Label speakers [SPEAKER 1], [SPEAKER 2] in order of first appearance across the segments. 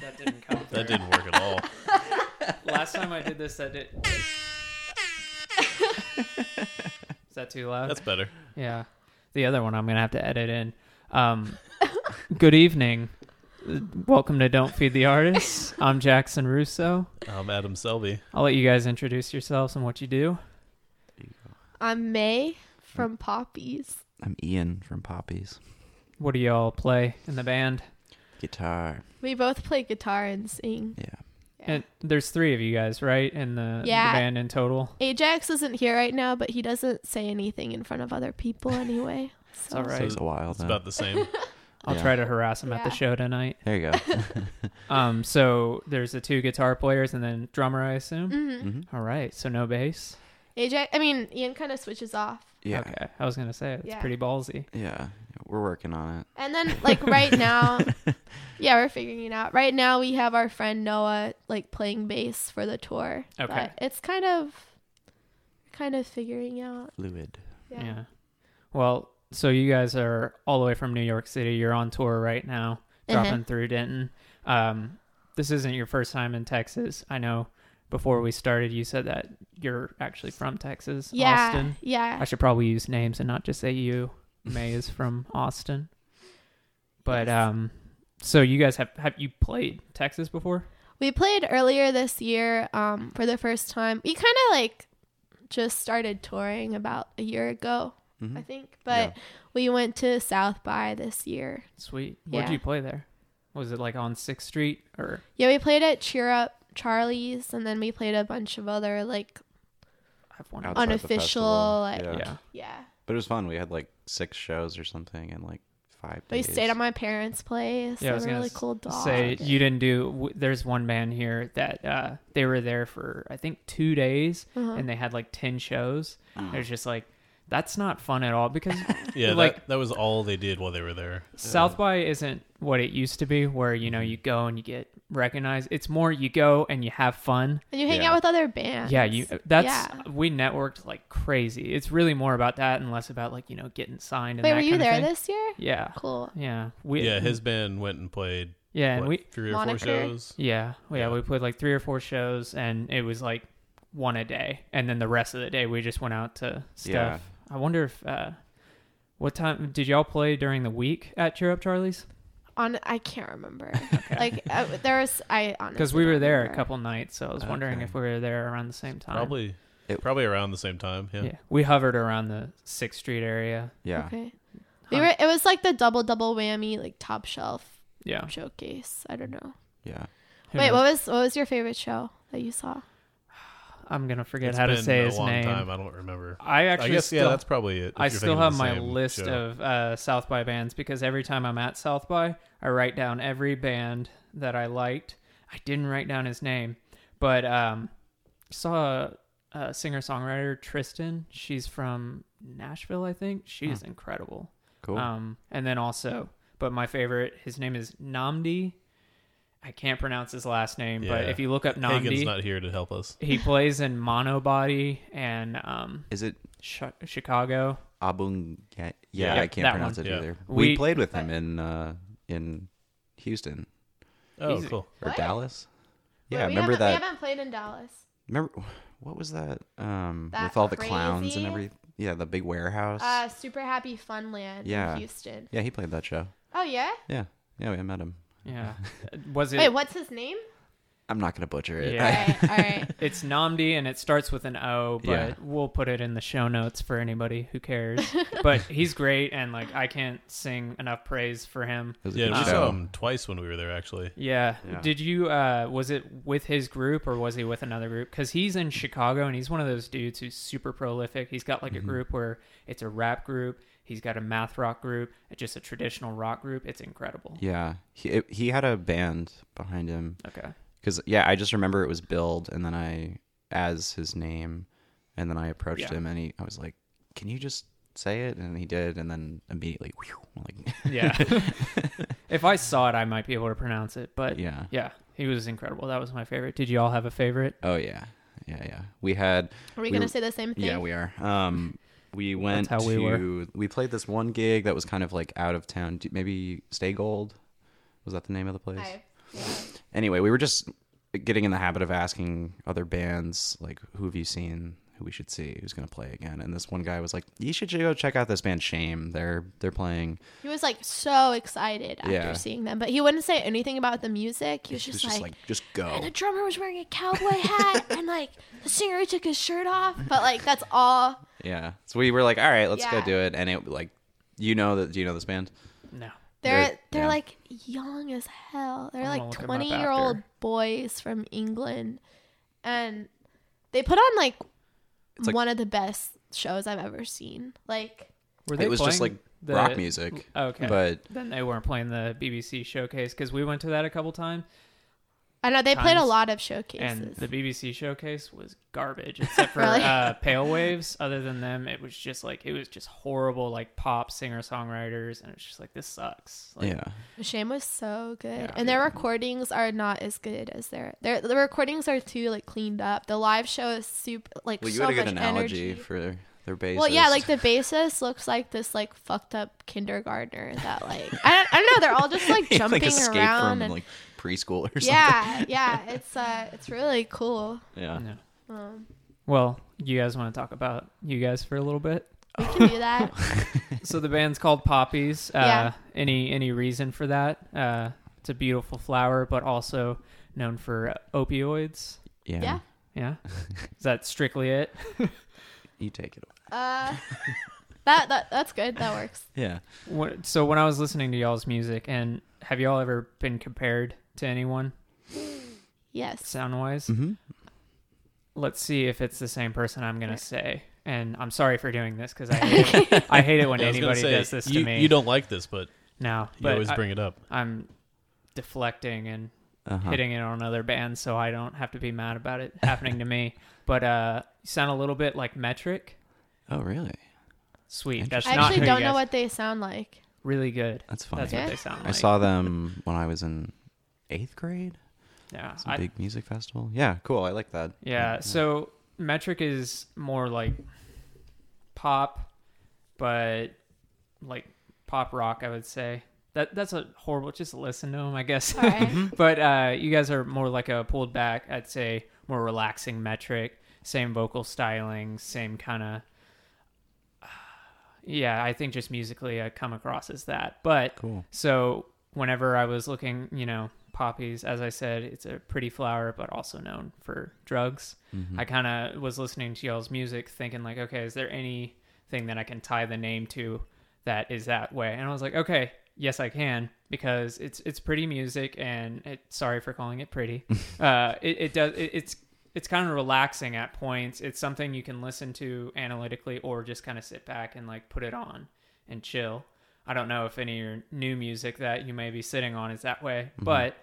[SPEAKER 1] That didn't come.
[SPEAKER 2] That
[SPEAKER 1] through.
[SPEAKER 2] didn't work at all.
[SPEAKER 1] Last time I did this, that did. Is that too loud?
[SPEAKER 2] That's better.
[SPEAKER 1] Yeah. The other one I'm going to have to edit in. Um, good evening. Welcome to Don't Feed the Artists. I'm Jackson Russo.
[SPEAKER 2] I'm Um, Adam Selby.
[SPEAKER 1] I'll let you guys introduce yourselves and what you do.
[SPEAKER 3] I'm May
[SPEAKER 1] Hmm.
[SPEAKER 3] from Poppies.
[SPEAKER 4] I'm Ian from Poppies.
[SPEAKER 1] What do y'all play in the band?
[SPEAKER 4] Guitar.
[SPEAKER 3] We both play guitar and sing.
[SPEAKER 4] Yeah.
[SPEAKER 3] Yeah.
[SPEAKER 1] And there's three of you guys, right? In the, the
[SPEAKER 3] Yeah.
[SPEAKER 1] band in total.
[SPEAKER 3] Ajax isn't here right now, but he doesn't say anything in front of other people anyway. So
[SPEAKER 1] all
[SPEAKER 4] It
[SPEAKER 1] right.
[SPEAKER 4] was a while
[SPEAKER 2] It's
[SPEAKER 4] though.
[SPEAKER 2] about the same.
[SPEAKER 1] I'll
[SPEAKER 4] Yeah.
[SPEAKER 1] try to harass him at the
[SPEAKER 3] Yeah.
[SPEAKER 1] show tonight.
[SPEAKER 4] There you go.
[SPEAKER 1] Um, so there's the two guitar players and then drummer, I assume.
[SPEAKER 4] Mm-hmm.
[SPEAKER 1] All right. So no bass.
[SPEAKER 3] Ajax, Mm-hmm. I mean, Ian kind of switches off.
[SPEAKER 4] Yeah.
[SPEAKER 1] Okay. I was gonna say it's
[SPEAKER 3] Yeah.
[SPEAKER 1] pretty ballsy.
[SPEAKER 4] Yeah. We're working on it.
[SPEAKER 3] And then, like, right now, yeah, we're figuring it out. Right now, we have our friend Noah, like, playing bass for the tour.
[SPEAKER 1] Okay.
[SPEAKER 3] But it's kind of, kind of figuring out.
[SPEAKER 4] Fluid.
[SPEAKER 1] Yeah. Well, so you guys are all the way from New York City. You're on tour right now,
[SPEAKER 3] Uh-huh.
[SPEAKER 1] dropping through Denton. Um, this isn't your first time in Texas. I know. Before we started, you said that you're actually from Texas,
[SPEAKER 3] Yeah.
[SPEAKER 1] Austin.
[SPEAKER 3] Yeah.
[SPEAKER 1] I should probably use names and not just say you. May is from Austin. But
[SPEAKER 3] Yes.
[SPEAKER 1] um, so you guys have have you played Texas before?
[SPEAKER 3] We played earlier this year um, for the first time. We kind of like just started touring about a year ago,
[SPEAKER 4] Mm-hmm.
[SPEAKER 3] I think. But we went to South by this year.
[SPEAKER 1] Sweet. Where'd
[SPEAKER 3] Yeah.
[SPEAKER 1] you play there? Was it like on Sixth Street or?
[SPEAKER 3] Yeah, we played at Cheer Up Charlie's, and then we played a bunch of other like
[SPEAKER 1] I've wondered.
[SPEAKER 4] Outside the
[SPEAKER 3] Unofficial,
[SPEAKER 4] festival.
[SPEAKER 3] like-
[SPEAKER 4] yeah.
[SPEAKER 1] yeah.
[SPEAKER 3] yeah.
[SPEAKER 4] But it was fun. We had like six shows or something in like five
[SPEAKER 3] We
[SPEAKER 4] days.
[SPEAKER 3] Oh, stayed at my parents' place.
[SPEAKER 1] Yeah, I
[SPEAKER 3] Yeah,
[SPEAKER 1] was
[SPEAKER 3] a
[SPEAKER 1] gonna
[SPEAKER 3] really
[SPEAKER 1] s-
[SPEAKER 3] cool dog.
[SPEAKER 1] Say you didn't do. W- there's one band here that uh, they were there for I think two days,
[SPEAKER 3] Uh-huh.
[SPEAKER 1] and they had like ten shows.
[SPEAKER 3] Oh.
[SPEAKER 1] It was just like that's not fun at all because
[SPEAKER 2] Yeah,
[SPEAKER 1] like
[SPEAKER 2] that, that was all they did while they were there.
[SPEAKER 1] South by isn't what it used to be, where you
[SPEAKER 2] Mm-hmm.
[SPEAKER 1] know you go and you get recognized. It's more you go and you have fun.
[SPEAKER 3] and you hang
[SPEAKER 4] yeah.
[SPEAKER 3] out with other bands.
[SPEAKER 1] Yeah, you. That's
[SPEAKER 3] yeah.
[SPEAKER 1] we networked like crazy. It's really more about that and less about like you know getting signed. And
[SPEAKER 3] Wait,
[SPEAKER 1] that
[SPEAKER 3] were you
[SPEAKER 1] kind of
[SPEAKER 3] there
[SPEAKER 1] thing.
[SPEAKER 3] this year?
[SPEAKER 1] Yeah,
[SPEAKER 3] Cool.
[SPEAKER 1] yeah, we,
[SPEAKER 2] Yeah, his band went and played
[SPEAKER 1] yeah,
[SPEAKER 2] what,
[SPEAKER 1] and we
[SPEAKER 2] three or
[SPEAKER 3] Moniker.
[SPEAKER 2] four shows.
[SPEAKER 1] Yeah, yeah,
[SPEAKER 2] Yeah.
[SPEAKER 1] we played like three or four shows, and it was like one a day, and then the rest of the day we just went out to stuff.
[SPEAKER 4] Yeah.
[SPEAKER 1] I wonder if uh, what time did y'all play during the week at Cheer Up Charlie's?
[SPEAKER 3] On I can't remember. Like uh, there was I honestly
[SPEAKER 1] Because we were
[SPEAKER 3] don't
[SPEAKER 1] there a
[SPEAKER 3] remember.
[SPEAKER 1] couple nights, so I was wondering
[SPEAKER 4] Okay.
[SPEAKER 1] if we were there around the same time.
[SPEAKER 2] Probably
[SPEAKER 4] It-
[SPEAKER 2] probably around the same time. Yeah.
[SPEAKER 1] Yeah. we hovered around the Sixth Street area.
[SPEAKER 4] Yeah. Um,
[SPEAKER 3] Okay. We
[SPEAKER 1] Huh.
[SPEAKER 3] were. It was like the double double whammy, like top shelf
[SPEAKER 1] Yeah.
[SPEAKER 3] showcase. I don't know.
[SPEAKER 4] Yeah.
[SPEAKER 1] Who
[SPEAKER 3] Wait,
[SPEAKER 1] knows?
[SPEAKER 3] what was what was your favorite show that you saw?
[SPEAKER 1] I'm gonna forget
[SPEAKER 2] It's
[SPEAKER 1] how to
[SPEAKER 2] been
[SPEAKER 1] say
[SPEAKER 2] a
[SPEAKER 1] his
[SPEAKER 2] long
[SPEAKER 1] name.
[SPEAKER 2] time. I don't remember.
[SPEAKER 1] I
[SPEAKER 2] I
[SPEAKER 1] actually
[SPEAKER 2] guess
[SPEAKER 1] still,
[SPEAKER 2] yeah, that's probably it. if
[SPEAKER 1] I
[SPEAKER 2] you're
[SPEAKER 1] still
[SPEAKER 2] thinking
[SPEAKER 1] have
[SPEAKER 2] the
[SPEAKER 1] my
[SPEAKER 2] same
[SPEAKER 1] list
[SPEAKER 2] show.
[SPEAKER 1] of uh, South by bands because every time I'm at South by, I write down every band that I liked. I didn't write down his name, but um, saw a, a singer songwriter Tristan. She's from Nashville, I think.
[SPEAKER 2] Hmm.
[SPEAKER 1] She's incredible.
[SPEAKER 4] Cool.
[SPEAKER 1] Um, and then also, but my favorite, his name is Namdi. I can't pronounce his last name, but
[SPEAKER 2] Yeah.
[SPEAKER 1] if you look up
[SPEAKER 2] Hagen's
[SPEAKER 1] Namdi,
[SPEAKER 2] not here to help us.
[SPEAKER 1] he plays in Monobody and um,
[SPEAKER 4] Is it
[SPEAKER 1] Sh- Chicago.
[SPEAKER 4] Abung? Yeah, yeah,
[SPEAKER 1] Yeah,
[SPEAKER 4] I
[SPEAKER 1] that
[SPEAKER 4] can't pronounce
[SPEAKER 1] one.
[SPEAKER 4] it
[SPEAKER 2] Yeah.
[SPEAKER 4] either.
[SPEAKER 1] We-
[SPEAKER 4] We played with him in uh in Houston
[SPEAKER 2] Oh,
[SPEAKER 1] He's-
[SPEAKER 2] cool.
[SPEAKER 4] or
[SPEAKER 3] What?
[SPEAKER 4] Dallas. Yeah,
[SPEAKER 3] Wait, we
[SPEAKER 4] remember
[SPEAKER 3] haven't-
[SPEAKER 4] that
[SPEAKER 3] We haven't played in Dallas.
[SPEAKER 4] Remember what was that? Um,
[SPEAKER 3] That
[SPEAKER 4] with all the clowns
[SPEAKER 3] crazy-
[SPEAKER 4] and everything. Yeah, the big warehouse.
[SPEAKER 3] Uh, Super Happy Funland
[SPEAKER 4] Yeah.
[SPEAKER 3] in Houston.
[SPEAKER 4] yeah, he played that show.
[SPEAKER 3] Oh yeah.
[SPEAKER 4] Yeah, yeah, we met him.
[SPEAKER 1] Yeah. Was it?
[SPEAKER 3] Wait, what's his name?
[SPEAKER 4] I'm not gonna butcher it.
[SPEAKER 1] Yeah.
[SPEAKER 3] All right, all right.
[SPEAKER 1] It's Namdi and it starts with an O, but
[SPEAKER 4] Yeah.
[SPEAKER 1] we'll put it in the show notes for anybody who cares. but he's great and like I can't sing enough praise for him.
[SPEAKER 4] It was a
[SPEAKER 2] Yeah,
[SPEAKER 4] good
[SPEAKER 2] we
[SPEAKER 4] show.
[SPEAKER 2] saw him twice when we were there actually.
[SPEAKER 1] Yeah.
[SPEAKER 4] Yeah.
[SPEAKER 1] Did you uh was it with his group or was he with another group? Cuz he's in Chicago and he's one of those dudes who's super prolific. He's got like
[SPEAKER 4] Mm-hmm.
[SPEAKER 1] a group where it's a rap group, he's got a math rock group, just a traditional rock group. It's incredible.
[SPEAKER 4] Yeah, he it- he had a band behind him.
[SPEAKER 1] Okay.
[SPEAKER 4] Cause yeah, I just remember it was Build, and then I as his name, and then I approached
[SPEAKER 1] Yeah.
[SPEAKER 4] him, and he I was like, "Can you just say it?" And he did, and then immediately, whew, I'm like,
[SPEAKER 1] Yeah. if I saw it I might be able to pronounce it, but
[SPEAKER 4] yeah,
[SPEAKER 1] yeah, he was incredible. That was my favorite. Did you all have a favorite?
[SPEAKER 4] oh yeah, yeah, yeah. We had
[SPEAKER 3] Are we
[SPEAKER 4] We
[SPEAKER 3] gonna
[SPEAKER 4] were-
[SPEAKER 3] say the same thing?
[SPEAKER 4] Yeah, we are. Um, we went
[SPEAKER 1] how we
[SPEAKER 4] to
[SPEAKER 1] were.
[SPEAKER 4] we played this one gig that was kind of like out of town. Do- Maybe Stay Gold was that the name of the place?
[SPEAKER 3] I-
[SPEAKER 4] anyway, we were just getting in the habit of asking other bands like, "Who have you seen? Who we should see? Who's going to play again?" And this one guy was like, "You should go check out this band Shame. They're they're playing."
[SPEAKER 3] He was like so excited after
[SPEAKER 4] Yeah.
[SPEAKER 3] seeing them, but he wouldn't say anything about the music. He was
[SPEAKER 4] He
[SPEAKER 3] just,
[SPEAKER 4] was just
[SPEAKER 3] like,
[SPEAKER 4] like, "Oh." "Just go."
[SPEAKER 3] and the drummer was wearing a cowboy hat, and like the singer took his shirt off, but like that's all.
[SPEAKER 4] Yeah. So we were like, "All right, let's
[SPEAKER 3] Yeah.
[SPEAKER 4] go do it." And it like, you know that? Do you know this band?
[SPEAKER 1] No.
[SPEAKER 3] They're
[SPEAKER 4] They're-
[SPEAKER 3] they're,
[SPEAKER 4] yeah.
[SPEAKER 3] like young as hell. They're
[SPEAKER 1] I'm gonna
[SPEAKER 3] like
[SPEAKER 1] look 'em up
[SPEAKER 3] twenty year old
[SPEAKER 1] after.
[SPEAKER 3] boys from England, and they put on like,
[SPEAKER 4] like-
[SPEAKER 3] one of the best shows I've ever seen. Like
[SPEAKER 1] Were
[SPEAKER 4] It was just like
[SPEAKER 1] playing the- Oh,
[SPEAKER 4] rock music,
[SPEAKER 1] Okay.
[SPEAKER 4] but
[SPEAKER 1] then they weren't playing the BBC showcase because we went to that a couple times,
[SPEAKER 3] I know they played a
[SPEAKER 1] Tons.
[SPEAKER 3] lot of showcases.
[SPEAKER 1] and the BBC showcase was garbage except for
[SPEAKER 3] Really?
[SPEAKER 1] uh, Pale Waves. Other than them, it was just like it was just horrible, like pop singer songwriters, and it's just like this sucks. Like,
[SPEAKER 4] yeah.
[SPEAKER 3] Shame was so good,
[SPEAKER 4] Yeah,
[SPEAKER 3] and their recordings are not as good as their their the recordings are too like cleaned up. The live show is super like
[SPEAKER 4] Well, you
[SPEAKER 3] so
[SPEAKER 4] had a
[SPEAKER 3] much
[SPEAKER 4] good analogy
[SPEAKER 3] energy.
[SPEAKER 4] for their bass.
[SPEAKER 3] well, yeah, like the bassist looks like this like fucked up kindergartner that like I don't, I don't know. They're all just like jumping
[SPEAKER 4] escape
[SPEAKER 3] around
[SPEAKER 4] from
[SPEAKER 3] and
[SPEAKER 4] like preschool or something.
[SPEAKER 3] yeah, yeah. It's uh, it's really cool.
[SPEAKER 4] Yeah.
[SPEAKER 1] no.
[SPEAKER 3] Um,
[SPEAKER 1] Well, you guys want to talk about you guys for a little bit?
[SPEAKER 3] we can do that.
[SPEAKER 1] so the band's called Poppies. Uh,
[SPEAKER 3] Yeah.
[SPEAKER 1] Any any reason for that? Uh, it's a beautiful flower, but also known for opioids.
[SPEAKER 4] Yeah.
[SPEAKER 3] Yeah.
[SPEAKER 1] Yeah, is that strictly it?
[SPEAKER 4] You take it. Away.
[SPEAKER 3] Uh, that that that's good. That works.
[SPEAKER 4] Yeah.
[SPEAKER 1] What, so when I was listening to y'all's music, and have y'all ever been compared to anyone
[SPEAKER 3] Yes.
[SPEAKER 1] sound wise?
[SPEAKER 2] Mm.
[SPEAKER 4] Mm-hmm.
[SPEAKER 1] Let's see if it's the same person I'm gonna say. And I'm sorry for doing this because I hate it. I hate it when
[SPEAKER 2] Yeah, I was gonna
[SPEAKER 1] anybody
[SPEAKER 2] say,
[SPEAKER 1] does this to
[SPEAKER 2] you,
[SPEAKER 1] me.
[SPEAKER 2] You don't like this, but
[SPEAKER 1] no,
[SPEAKER 2] you
[SPEAKER 1] but
[SPEAKER 2] always
[SPEAKER 1] I,
[SPEAKER 2] bring it up.
[SPEAKER 1] I'm deflecting and
[SPEAKER 4] Uh-huh.
[SPEAKER 1] hitting it on other bands, so I don't have to be mad about it happening to me. But uh, you sound a little bit like Metric.
[SPEAKER 4] Oh, really?
[SPEAKER 1] Sweet. That's
[SPEAKER 3] I
[SPEAKER 1] not
[SPEAKER 3] actually
[SPEAKER 1] who
[SPEAKER 3] don't
[SPEAKER 1] you
[SPEAKER 3] know
[SPEAKER 1] guys-
[SPEAKER 3] what they sound like.
[SPEAKER 1] Really good.
[SPEAKER 4] That's funny.
[SPEAKER 1] That's what
[SPEAKER 3] Okay.
[SPEAKER 1] they sound like.
[SPEAKER 4] I saw them when I was in eighth grade.
[SPEAKER 1] Yeah.
[SPEAKER 4] Some
[SPEAKER 1] I,
[SPEAKER 4] big music festival. Yeah, cool. I like that.
[SPEAKER 1] yeah. So Metric is more like pop, but like pop rock. I would say that that's a horrible. Just listen to them, I guess.
[SPEAKER 3] All
[SPEAKER 4] Mm-hmm.
[SPEAKER 3] right.
[SPEAKER 1] but uh, you guys are more like a pulled back, I'd say, more relaxing metric, same vocal styling, same kind of. Yeah, I think just musically I come across as that. But
[SPEAKER 4] Cool.
[SPEAKER 1] so whenever I was looking, you know, poppies, as I said, it's a pretty flower, but also known for drugs. I kind of was listening to y'all's music, thinking like, okay, is there anything that I can tie the name to that is that way? And I was like, okay, yes, I can because it's it's pretty music, and it, sorry for calling it pretty. uh, it, it does it, it's. It's kind of relaxing at points. It's something you can listen to analytically or just kind of sit back and like put it on and chill. I don't know if any of your new music that you may be sitting on is that way,
[SPEAKER 4] Mm-hmm.
[SPEAKER 1] but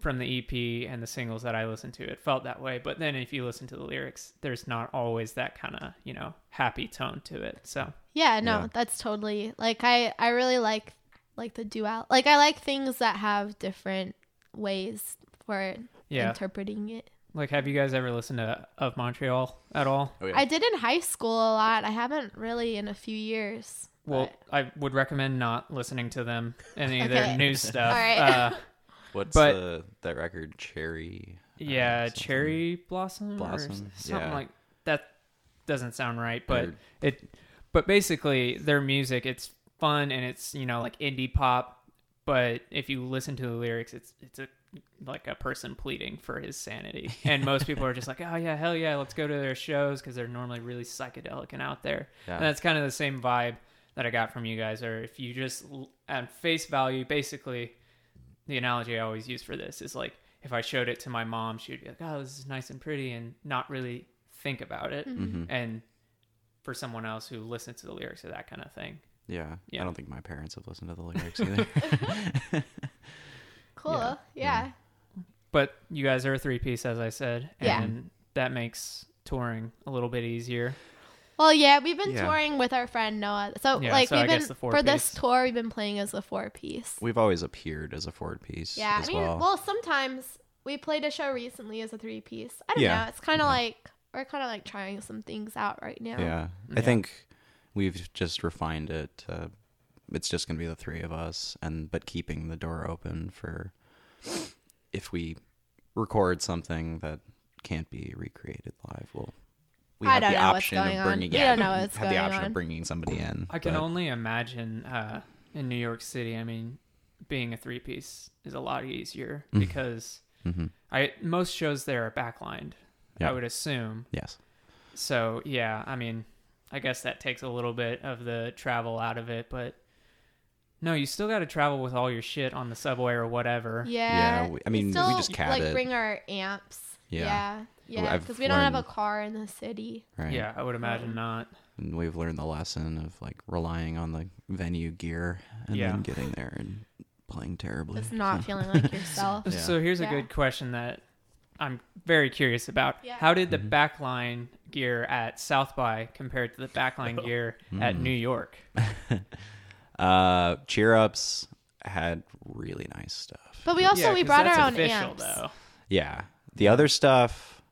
[SPEAKER 1] from the EP and the singles that I listened to, it felt that way. But then if you listen to the lyrics, there's not always that kind of, you know, happy tone to it. So,
[SPEAKER 3] Yeah. No,
[SPEAKER 4] Yeah.
[SPEAKER 3] that's totally like I I really like like the dual. Like I like things that have different ways for
[SPEAKER 1] yeah.
[SPEAKER 3] interpreting it.
[SPEAKER 1] like, have you guys ever listened to Of Montreal at all?
[SPEAKER 4] Oh, yeah.
[SPEAKER 3] I did in high school a lot. I haven't really in a few years.
[SPEAKER 1] Well,
[SPEAKER 3] but-
[SPEAKER 1] I would recommend not listening to them, any of their
[SPEAKER 3] Okay.
[SPEAKER 1] new stuff.
[SPEAKER 3] All right.
[SPEAKER 1] Uh,
[SPEAKER 4] What's
[SPEAKER 1] But-
[SPEAKER 4] the, that record? Cherry. uh,
[SPEAKER 1] yeah,
[SPEAKER 4] something?
[SPEAKER 1] Cherry Blossom, or
[SPEAKER 4] Blossom,
[SPEAKER 1] something
[SPEAKER 4] yeah.
[SPEAKER 1] like that. Doesn't sound right, but
[SPEAKER 4] Or-
[SPEAKER 1] it but basically their music it's fun and it's you know like indie pop but if you listen to the lyrics it's it's a like a person pleading for his sanity and most people are just like oh yeah hell yeah let's go to their shows because they're normally really psychedelic and out there
[SPEAKER 4] Yeah.
[SPEAKER 1] and that's kind of the same vibe that i got from you guys or if you just l- at face value basically the analogy i always use for this is like if i showed it to my mom she would be like oh this is nice and pretty and not really think about it
[SPEAKER 4] Mm-hmm. Hmm.
[SPEAKER 1] and for someone else who listens to the lyrics or that kind of thing.
[SPEAKER 4] Yeah.
[SPEAKER 1] Yeah.
[SPEAKER 4] I don't think my parents have listened to the lyrics either.
[SPEAKER 3] Cool.
[SPEAKER 4] Yeah.
[SPEAKER 3] Yeah.
[SPEAKER 1] But you guys are a three piece, as I said,
[SPEAKER 3] Yeah.
[SPEAKER 1] and that makes touring a little bit easier.
[SPEAKER 3] Well, yeah, we've been
[SPEAKER 4] Yeah.
[SPEAKER 3] touring with our friend Noah. So
[SPEAKER 1] Yeah,
[SPEAKER 3] like
[SPEAKER 1] so I
[SPEAKER 3] we've been
[SPEAKER 1] guess the four
[SPEAKER 3] for this
[SPEAKER 1] piece.
[SPEAKER 3] tour, we've been playing as the four piece.
[SPEAKER 4] We've always appeared as a forward piece.
[SPEAKER 3] Yeah,
[SPEAKER 4] As
[SPEAKER 3] I mean,
[SPEAKER 4] well.
[SPEAKER 3] well. sometimes we played a show recently as a three piece. I don't
[SPEAKER 4] Yeah.
[SPEAKER 3] know. It's kind of like we're kind of like trying some things out right now.
[SPEAKER 4] Yeah.
[SPEAKER 1] Yeah.
[SPEAKER 4] I think we've just refined it. Uh, it's just going to be the three of us and but keeping the door open for if we record something that can't be recreated live, we'll we
[SPEAKER 3] I
[SPEAKER 4] have
[SPEAKER 3] don't
[SPEAKER 4] the
[SPEAKER 3] know what's
[SPEAKER 4] option
[SPEAKER 3] going
[SPEAKER 4] of
[SPEAKER 3] on.
[SPEAKER 4] bringing
[SPEAKER 3] We
[SPEAKER 4] yeah,
[SPEAKER 3] don't know what's
[SPEAKER 4] have the
[SPEAKER 3] going
[SPEAKER 4] option
[SPEAKER 3] on.
[SPEAKER 4] of bringing somebody in.
[SPEAKER 1] I can
[SPEAKER 4] but-
[SPEAKER 1] only imagine uh, in New York City. I mean, being a three piece is a lot easier
[SPEAKER 4] Mm-hmm.
[SPEAKER 1] because
[SPEAKER 4] Mhm.
[SPEAKER 1] I most shows there are backlined.
[SPEAKER 4] Yeah.
[SPEAKER 1] I would assume.
[SPEAKER 4] yes.
[SPEAKER 1] So yeah, I mean, I guess that takes a little bit of the travel out of it, but no, you still got to travel with all your shit on the subway or whatever.
[SPEAKER 3] Yeah.
[SPEAKER 4] Yeah, we- I mean, we
[SPEAKER 3] still,
[SPEAKER 4] just cab
[SPEAKER 3] like
[SPEAKER 4] it.
[SPEAKER 3] bring our amps.
[SPEAKER 4] Yeah.
[SPEAKER 3] Yeah. Yeah,
[SPEAKER 4] I've
[SPEAKER 3] because we don't have a
[SPEAKER 4] learned-
[SPEAKER 3] car in the city.
[SPEAKER 4] Right.
[SPEAKER 1] Yeah, I would
[SPEAKER 3] Um,
[SPEAKER 1] imagine not.
[SPEAKER 4] And we've learned the lesson of like relying on the venue gear and
[SPEAKER 1] Yeah.
[SPEAKER 4] then getting there and playing terribly.
[SPEAKER 3] It's not feeling like yourself.
[SPEAKER 4] Yeah.
[SPEAKER 1] So here's a
[SPEAKER 3] Yeah.
[SPEAKER 1] good question that I'm very curious about.
[SPEAKER 3] Yeah.
[SPEAKER 1] How did the
[SPEAKER 4] Mm-hmm.
[SPEAKER 1] backline gear at South by compare to the backline gear
[SPEAKER 4] Mm.
[SPEAKER 1] at New York?
[SPEAKER 4] Uh, cheer ups had really nice stuff.
[SPEAKER 3] But we also we
[SPEAKER 1] 'cause
[SPEAKER 3] brought
[SPEAKER 1] that's
[SPEAKER 3] our own
[SPEAKER 1] official,
[SPEAKER 3] amps.
[SPEAKER 1] Though.
[SPEAKER 4] Yeah, the other stuff.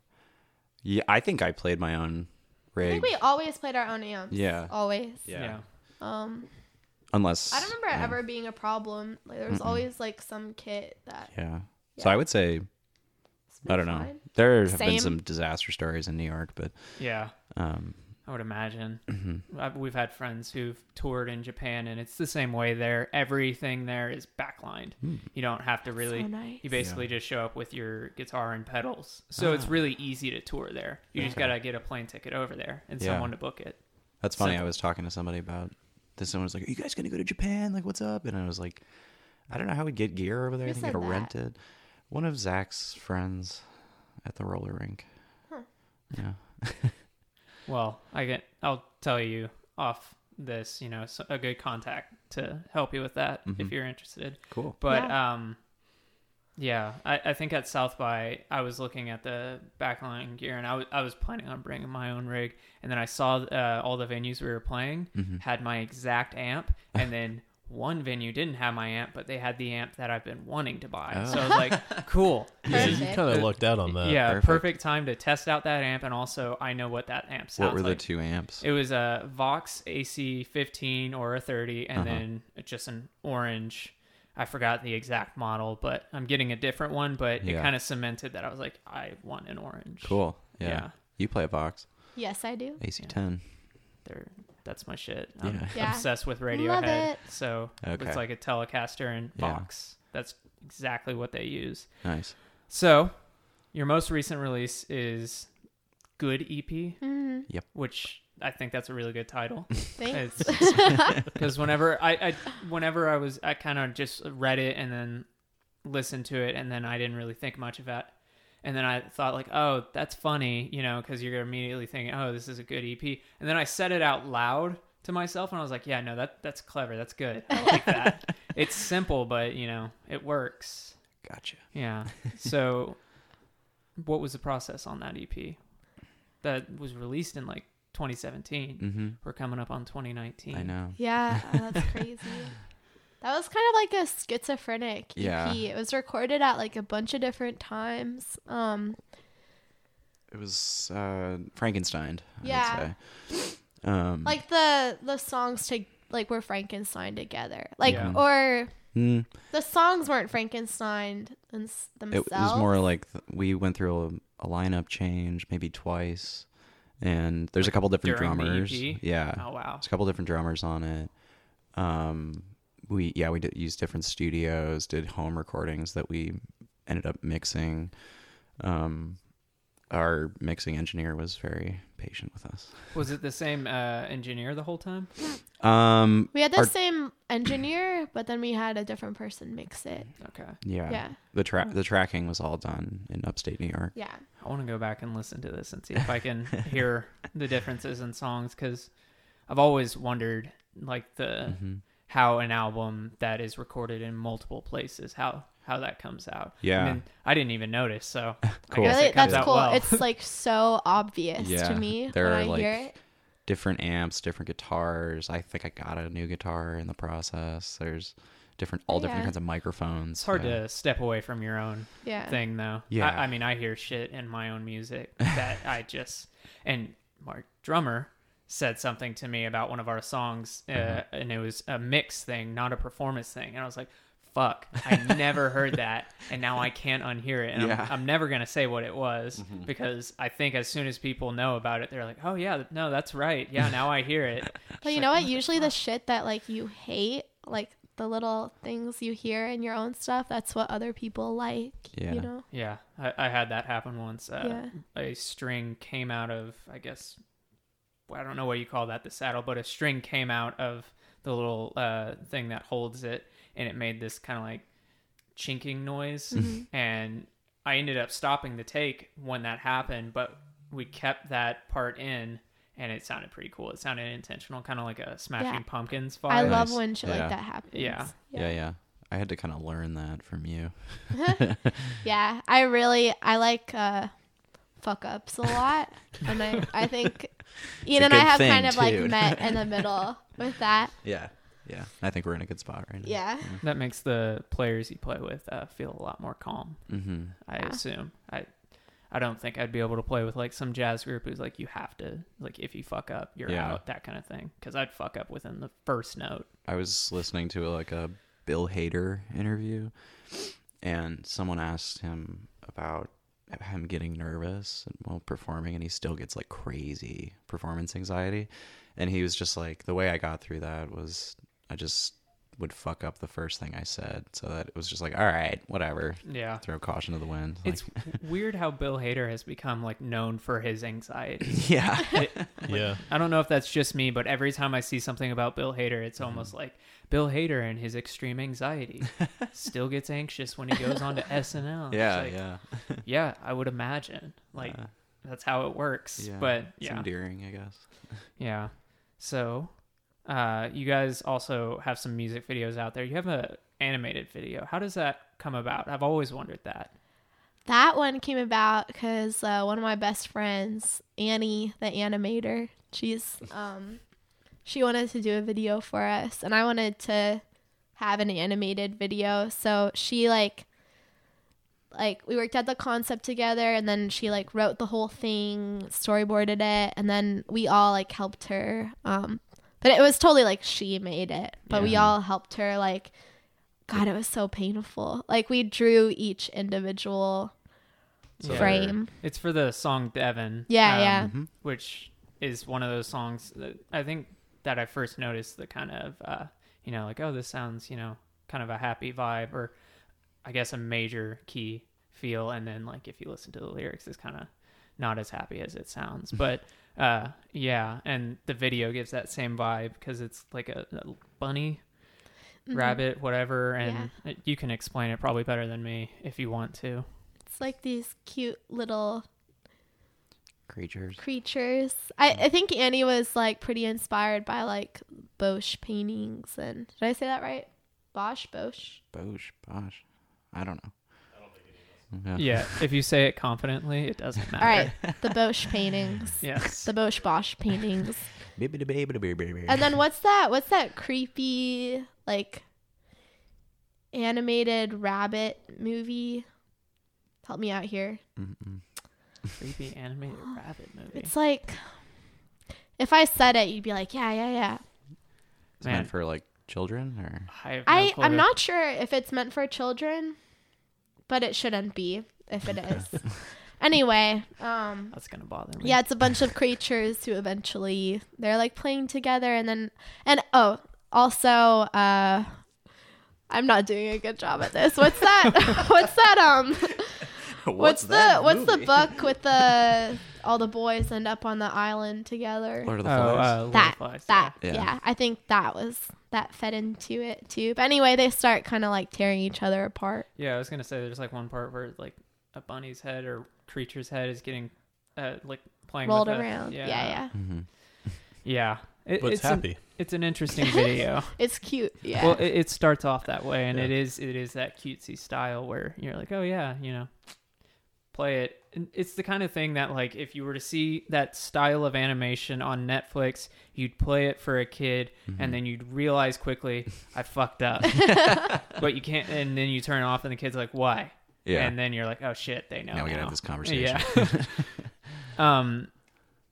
[SPEAKER 4] Yeah, I think I played my own
[SPEAKER 3] I
[SPEAKER 4] rig.
[SPEAKER 3] think we always played our own amps.
[SPEAKER 4] Yeah.
[SPEAKER 3] Always.
[SPEAKER 1] Yeah.
[SPEAKER 3] Um
[SPEAKER 4] Unless
[SPEAKER 3] I don't remember it
[SPEAKER 4] yeah.
[SPEAKER 3] ever being a problem. Like there was always like some kit that
[SPEAKER 4] Yeah. So
[SPEAKER 3] Yeah.
[SPEAKER 4] I would say
[SPEAKER 3] it's been
[SPEAKER 4] I don't know.
[SPEAKER 3] fine.
[SPEAKER 4] There have
[SPEAKER 3] Same.
[SPEAKER 4] been some disaster stories in New York, but
[SPEAKER 1] Yeah.
[SPEAKER 4] um,
[SPEAKER 1] I would imagine.
[SPEAKER 4] Mm-hmm.
[SPEAKER 1] I've, we've had friends who've toured in Japan, and it's the same way there. Everything there is backlined.
[SPEAKER 4] Hmm.
[SPEAKER 1] You don't have to really.
[SPEAKER 3] So nice.
[SPEAKER 1] You basically just show up with your guitar and pedals, so
[SPEAKER 4] Ah.
[SPEAKER 1] it's really easy to tour there. You just gotta get a plane ticket over there and
[SPEAKER 4] Yeah.
[SPEAKER 1] someone to book it.
[SPEAKER 4] That's funny. I
[SPEAKER 1] Simple.
[SPEAKER 4] was talking to somebody about this. Someone was like, "Are you guys gonna go to Japan? Like, what's up?" And I was like, "I don't know how we get gear over there.
[SPEAKER 3] Who
[SPEAKER 4] I think you
[SPEAKER 3] said
[SPEAKER 4] gotta
[SPEAKER 3] that?
[SPEAKER 4] rent it." One of Zach's friends at the roller rink. Yeah.
[SPEAKER 1] Well, I get. I'll tell you off this. You know, so- a good contact to help you with that
[SPEAKER 2] Mm-hmm.
[SPEAKER 1] if you're interested.
[SPEAKER 4] Cool.
[SPEAKER 1] But um, yeah, I, I think at South by I was looking at the backline gear, and I was I was planning on bringing my own rig, and then I saw uh, all the venues we were playing
[SPEAKER 2] Mm-hmm.
[SPEAKER 1] had my exact amp, and then. One venue didn't have my amp, but they had the amp that I've been wanting to buy. So I was like, cool.
[SPEAKER 2] Yeah, you
[SPEAKER 3] Perfect.
[SPEAKER 2] kind of lucked out on that.
[SPEAKER 1] Oh, yeah,
[SPEAKER 4] perfect.
[SPEAKER 1] perfect. time to test out that amp, and also I know what that amp sounds
[SPEAKER 4] what were
[SPEAKER 1] like.
[SPEAKER 4] the two amps?
[SPEAKER 1] It was a Vox AC 15 or a 30,
[SPEAKER 4] Uh-huh.
[SPEAKER 1] and then just an orange. I forgot the exact model, but I'm getting a different one. But it
[SPEAKER 4] Yeah.
[SPEAKER 1] kind of cemented that I was like, I want an orange.
[SPEAKER 4] cool. Yeah.
[SPEAKER 1] yeah.
[SPEAKER 4] You play a box
[SPEAKER 3] Yes, I do.
[SPEAKER 4] AC10.
[SPEAKER 1] They're, that's my shit. I'm
[SPEAKER 4] Yeah.
[SPEAKER 3] Yeah.
[SPEAKER 1] obsessed with Radiohead.
[SPEAKER 3] Love it.
[SPEAKER 1] So
[SPEAKER 4] Okay.
[SPEAKER 1] it's like a Telecaster and
[SPEAKER 4] Yeah.
[SPEAKER 1] Vox. That's exactly what they use.
[SPEAKER 4] Nice.
[SPEAKER 1] So your most recent release is Good E EP,
[SPEAKER 3] Mm,
[SPEAKER 1] which I think that's a really good title.
[SPEAKER 3] thanks.
[SPEAKER 1] because whenever I, I whenever I was I kind of just read it and then listened to it and then I didn't really think much of it and then I thought like oh that's funny you know because you're immediately thinking oh this is a good EP and then I said it out loud to myself and I was like yeah no that that's clever that's good I like that it's simple but you know it works
[SPEAKER 4] Gotcha.
[SPEAKER 1] yeah so what was the process on that EP that was released in like 2017
[SPEAKER 4] Mm-hmm.
[SPEAKER 1] we're coming up on 2019
[SPEAKER 4] I know.
[SPEAKER 3] Yeah, oh, that's crazy. That was kind of like a schizophrenic EP.
[SPEAKER 4] Yeah.
[SPEAKER 3] It was recorded at like a bunch of different times. Um,
[SPEAKER 4] Mm. It was uh, Frankenstein. I
[SPEAKER 3] Yeah.
[SPEAKER 4] Would say. Um,
[SPEAKER 3] like the the songs to like were Frankenstein together. Like
[SPEAKER 1] Yeah.
[SPEAKER 3] or
[SPEAKER 4] mm,
[SPEAKER 3] the songs weren't Frankenstein themselves.
[SPEAKER 4] it was more like th- we went through a, a lineup change maybe twice and there's a couple different
[SPEAKER 1] during the
[SPEAKER 4] drummers
[SPEAKER 1] EP?
[SPEAKER 4] yeah
[SPEAKER 1] oh wow
[SPEAKER 4] there's a couple different drummers on it um we yeah we did use different studios did home recordings that we ended up mixing um our mixing engineer was very patient with us
[SPEAKER 1] Was it the same uh, engineer the whole time?
[SPEAKER 4] um
[SPEAKER 3] we had the
[SPEAKER 4] our-
[SPEAKER 3] same engineer, but then we had a different person mix it.
[SPEAKER 1] Okay.
[SPEAKER 4] yeah,
[SPEAKER 3] Yeah.
[SPEAKER 4] the track the tracking was all done in upstate new york
[SPEAKER 3] Yeah.
[SPEAKER 1] I want to go back and listen to this and see if I can hear the differences in songs because I've always wondered like the
[SPEAKER 4] Mm-hmm.
[SPEAKER 1] how an album that is recorded in multiple places how how that comes out.
[SPEAKER 4] Yeah.
[SPEAKER 1] And then I didn't even notice, so
[SPEAKER 4] Cool.
[SPEAKER 1] I guess
[SPEAKER 3] Really?
[SPEAKER 1] it comes
[SPEAKER 3] That's
[SPEAKER 1] out
[SPEAKER 3] cool.
[SPEAKER 1] well.
[SPEAKER 3] It's like so obvious
[SPEAKER 4] Yeah,
[SPEAKER 3] to me
[SPEAKER 4] there
[SPEAKER 3] when
[SPEAKER 4] are,
[SPEAKER 3] I hear
[SPEAKER 4] like-
[SPEAKER 3] it.
[SPEAKER 4] different amps, different guitars. I think I got a new guitar in the process. There's different, all different
[SPEAKER 3] Yeah.
[SPEAKER 4] kinds of microphones.
[SPEAKER 1] It's hard to step away from your own
[SPEAKER 3] Yeah.
[SPEAKER 1] thing though.
[SPEAKER 4] Yeah.
[SPEAKER 1] I, I mean, I hear shit in my own music that I just and Mark drummer said something
[SPEAKER 4] Uh-huh.
[SPEAKER 1] to me about one of our songs, uh, and it was a mix thing, not a performance thing, and I was like, fuck, I never heard that, and now I can't unhear it. And
[SPEAKER 4] Yeah. Mm-hmm.
[SPEAKER 1] I'm, I'm never going to say what it was because I think as soon as people know about it, they're like, oh, yeah, th- no, that's right. Yeah, now I hear it.
[SPEAKER 3] But you know what? Usually the shit that like you hate, like the little things you hear in your own stuff, that's what other people like.
[SPEAKER 4] Yeah.
[SPEAKER 3] You know?
[SPEAKER 1] Yeah, I, I had that happen once. Uh,
[SPEAKER 3] Yeah.
[SPEAKER 1] A string came out of, I guess, well, I don't know what you call that, the saddle, but a string came out of the little uh, thing that holds it, and it made this kind of like chinking noise.
[SPEAKER 3] Mm-hmm.
[SPEAKER 1] And I ended up stopping the take when that happened, but we kept that part in, and it sounded pretty cool. It sounded intentional, kind of like a Smashing
[SPEAKER 3] Yeah.
[SPEAKER 1] Pumpkins vibe.
[SPEAKER 3] I love
[SPEAKER 4] Nice.
[SPEAKER 3] when shit
[SPEAKER 4] Yeah.
[SPEAKER 3] like that happens.
[SPEAKER 1] Yeah.
[SPEAKER 4] Yeah. yeah, I had to kind of learn that from you.
[SPEAKER 3] Yeah, I really I like uh fuck ups a lot, and I I think Ian
[SPEAKER 4] a
[SPEAKER 3] and I
[SPEAKER 4] good
[SPEAKER 3] have
[SPEAKER 4] thing,
[SPEAKER 3] kind of like
[SPEAKER 4] too.
[SPEAKER 3] met in the middle with that.
[SPEAKER 4] Yeah, yeah. I think we're in a good spot right now.
[SPEAKER 3] Yeah,
[SPEAKER 1] that makes the players you play with uh, feel a lot more calm.
[SPEAKER 4] Mm-hmm.
[SPEAKER 1] I
[SPEAKER 3] Yeah.
[SPEAKER 1] assume. I I don't think I'd be able to play with like some jazz group who's like you have to like if you fuck up you're
[SPEAKER 4] Yeah.
[SPEAKER 1] out that kind of thing because I'd fuck up within the first note.
[SPEAKER 4] I was listening to like a Bill Hader interview, and someone asked him about him getting nervous while performing, and he still gets like crazy performance anxiety. And he was just like, the way I got through that was I just would fuck up the first thing I said, so that it was just like, all right, whatever,
[SPEAKER 1] Yeah,
[SPEAKER 4] throw caution to the wind. Like,
[SPEAKER 1] it's weird how Bill Hader has become like known for his anxiety.
[SPEAKER 4] yeah,
[SPEAKER 2] yeah.
[SPEAKER 1] I don't know if that's just me, but every time I see something about Bill Hader,
[SPEAKER 4] Mm-hmm.
[SPEAKER 1] it's almost like Bill Hader and his extreme anxiety. Still gets anxious when he goes on to SNL. It's
[SPEAKER 4] yeah,
[SPEAKER 1] like,
[SPEAKER 4] yeah,
[SPEAKER 1] yeah. I would imagine like
[SPEAKER 4] Yeah.
[SPEAKER 1] that's how it works.
[SPEAKER 4] yeah.
[SPEAKER 1] But
[SPEAKER 4] it's
[SPEAKER 1] yeah,
[SPEAKER 4] endearing, I guess.
[SPEAKER 1] Yeah. So, uh, you guys also have some music videos out there. You have a animated video. How does that come about? I've always wondered that.
[SPEAKER 3] that one came about because uh, one of my best friends, Annie, the animator, she's um she wanted to do a video for us, and I wanted to have an animated video, so she like like we worked out the concept together and then she like wrote the whole thing storyboarded it and then we all like helped her um but it was totally like she made it but we
[SPEAKER 4] Yeah.
[SPEAKER 3] all helped her like god it was so painful like we drew each individual
[SPEAKER 4] So-
[SPEAKER 3] frame
[SPEAKER 1] It's for the song Devon.
[SPEAKER 3] Yeah, yeah.
[SPEAKER 4] Mhm.
[SPEAKER 1] Which is one of those songs that I think that I first noticed the kind of, uh, you know, like, oh, this sounds, you know, kind of a happy vibe or I guess a major key feel. And then, like, if you listen to the lyrics, it's kind of not as happy as it sounds. But, uh, yeah. And the video gives that same vibe because it's like a, a bunny,
[SPEAKER 3] Mm-hmm.
[SPEAKER 1] rabbit, whatever. And it- you can explain it probably better than me if you want to.
[SPEAKER 3] it's like these cute little
[SPEAKER 4] Creatures.
[SPEAKER 3] creatures I, I think annie was like pretty inspired by like bosch paintings and did i say that right bosch bosch
[SPEAKER 4] Bosh, bosh. I don't know.
[SPEAKER 1] Yeah. if you say it confidently, it doesn't matter.
[SPEAKER 3] All right, the Bosch paintings,
[SPEAKER 1] Yes.
[SPEAKER 3] the Bosch Bosch paintings,
[SPEAKER 4] Yeah.
[SPEAKER 3] and then what's that? What's that creepy like animated rabbit movie? Help me out here.
[SPEAKER 4] Mm-mm.
[SPEAKER 1] creepy animated rabbit movie.
[SPEAKER 3] It's like if I said it, you'd be like, yeah, yeah, yeah.
[SPEAKER 4] It's
[SPEAKER 1] Man,
[SPEAKER 4] meant for like children or
[SPEAKER 1] I have no
[SPEAKER 3] I
[SPEAKER 1] clue.
[SPEAKER 3] I'm not sure if it's meant for children, but it shouldn't be if it is. anyway, um,
[SPEAKER 1] That's gonna bother me.
[SPEAKER 3] Yeah, it's a bunch of creatures who eventually they're like playing together and then and oh, also uh I'm not doing a good job at this. What's that? what's that um
[SPEAKER 4] what's,
[SPEAKER 3] what's the what's the book with the all the boys end up on the island together?
[SPEAKER 4] Lord of
[SPEAKER 1] Oh,
[SPEAKER 4] the Flies.
[SPEAKER 1] uh, Lord of
[SPEAKER 3] that
[SPEAKER 1] Flies,
[SPEAKER 3] that
[SPEAKER 4] yeah.
[SPEAKER 3] yeah.
[SPEAKER 4] Yeah.
[SPEAKER 3] I think that was that fed into it too. But anyway, they start kind of like tearing each other apart.
[SPEAKER 1] Yeah. I was gonna say there's like one part where like a bunny's head or creature's head is getting uh, like playing
[SPEAKER 3] Rolled
[SPEAKER 1] with a-
[SPEAKER 3] around. Yeah, yeah.
[SPEAKER 4] Mhm.
[SPEAKER 1] Yeah. It,
[SPEAKER 2] But it's
[SPEAKER 1] it's an-
[SPEAKER 2] happy.
[SPEAKER 1] it's an interesting video.
[SPEAKER 3] It's cute. Yeah.
[SPEAKER 1] Well, it, it starts off that way, and
[SPEAKER 2] Yeah.
[SPEAKER 1] it is it is that cutesy style where you're like, oh yeah, you know, play it. And it's the kind of thing that like if you were to see that style of animation on Netflix, you'd play it for a kid,
[SPEAKER 4] Mm-hmm.
[SPEAKER 1] and then you'd realize quickly, I fucked up. but you can't, and then you turn it off, and the kid's like, why?
[SPEAKER 4] Yeah.
[SPEAKER 1] And then you're like, oh shit, they know.
[SPEAKER 4] Now we gotta have this conversation.
[SPEAKER 1] Yeah. um.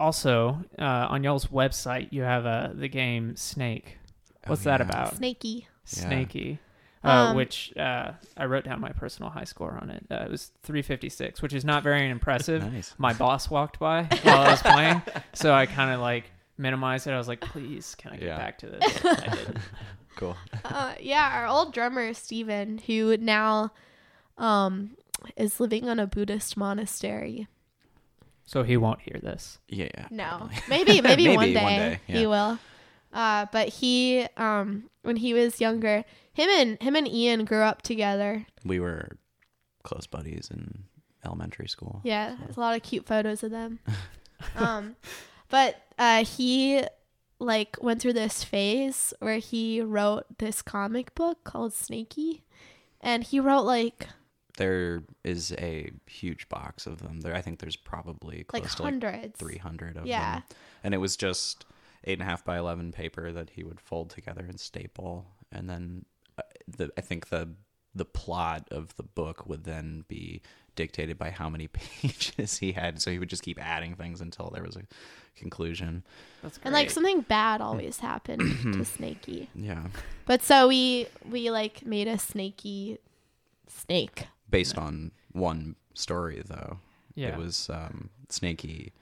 [SPEAKER 1] Also, uh, on y'all's website, you have uh, the game Snake.
[SPEAKER 4] Oh,
[SPEAKER 1] What's that
[SPEAKER 4] yeah.
[SPEAKER 1] about?
[SPEAKER 3] Snaky.
[SPEAKER 4] Yeah.
[SPEAKER 1] Snaky. uh,
[SPEAKER 3] Um,
[SPEAKER 1] which uh, I wrote down my personal high score on it. Uh, it was 356, which is not very impressive.
[SPEAKER 4] Nice.
[SPEAKER 1] My boss walked by while I was playing, so I kind of like minimized it. I was like, "Please, can I get
[SPEAKER 4] Yeah.
[SPEAKER 1] back to this?" I didn't.
[SPEAKER 4] Cool.
[SPEAKER 3] uh, yeah, our old drummer Steven, who now um is living on a Buddhist monastery.
[SPEAKER 1] So he won't hear this.
[SPEAKER 4] Yeah.
[SPEAKER 3] No,
[SPEAKER 4] probably.
[SPEAKER 3] maybe maybe,
[SPEAKER 4] Maybe
[SPEAKER 3] one day,
[SPEAKER 4] one day,
[SPEAKER 3] he
[SPEAKER 4] yeah.
[SPEAKER 3] will. Uh, but he um when he was younger, him and him and Ian grew up together.
[SPEAKER 4] We were close buddies in elementary school.
[SPEAKER 3] Yeah, there's a lot of cute photos of them. um, but uh, he like went through this phase where he wrote this comic book called Snaky, and he wrote like
[SPEAKER 4] There is a huge box of them. There, I think there's probably close
[SPEAKER 3] like
[SPEAKER 4] to
[SPEAKER 3] hundreds.
[SPEAKER 4] like 300 of
[SPEAKER 3] Yeah.
[SPEAKER 4] them. And it was just eight and a half by 11 paper that he would fold together and staple. And then uh, the, I think the the plot of the book would then be dictated by how many pages he had. So he would just keep adding things until there was a conclusion.
[SPEAKER 1] That's great.
[SPEAKER 3] And like something bad always happened to Snaky.
[SPEAKER 4] Yeah.
[SPEAKER 3] But so we we like made a snaky snake.
[SPEAKER 4] Based on one story, though.
[SPEAKER 1] yeah,
[SPEAKER 4] It was um, Snaky.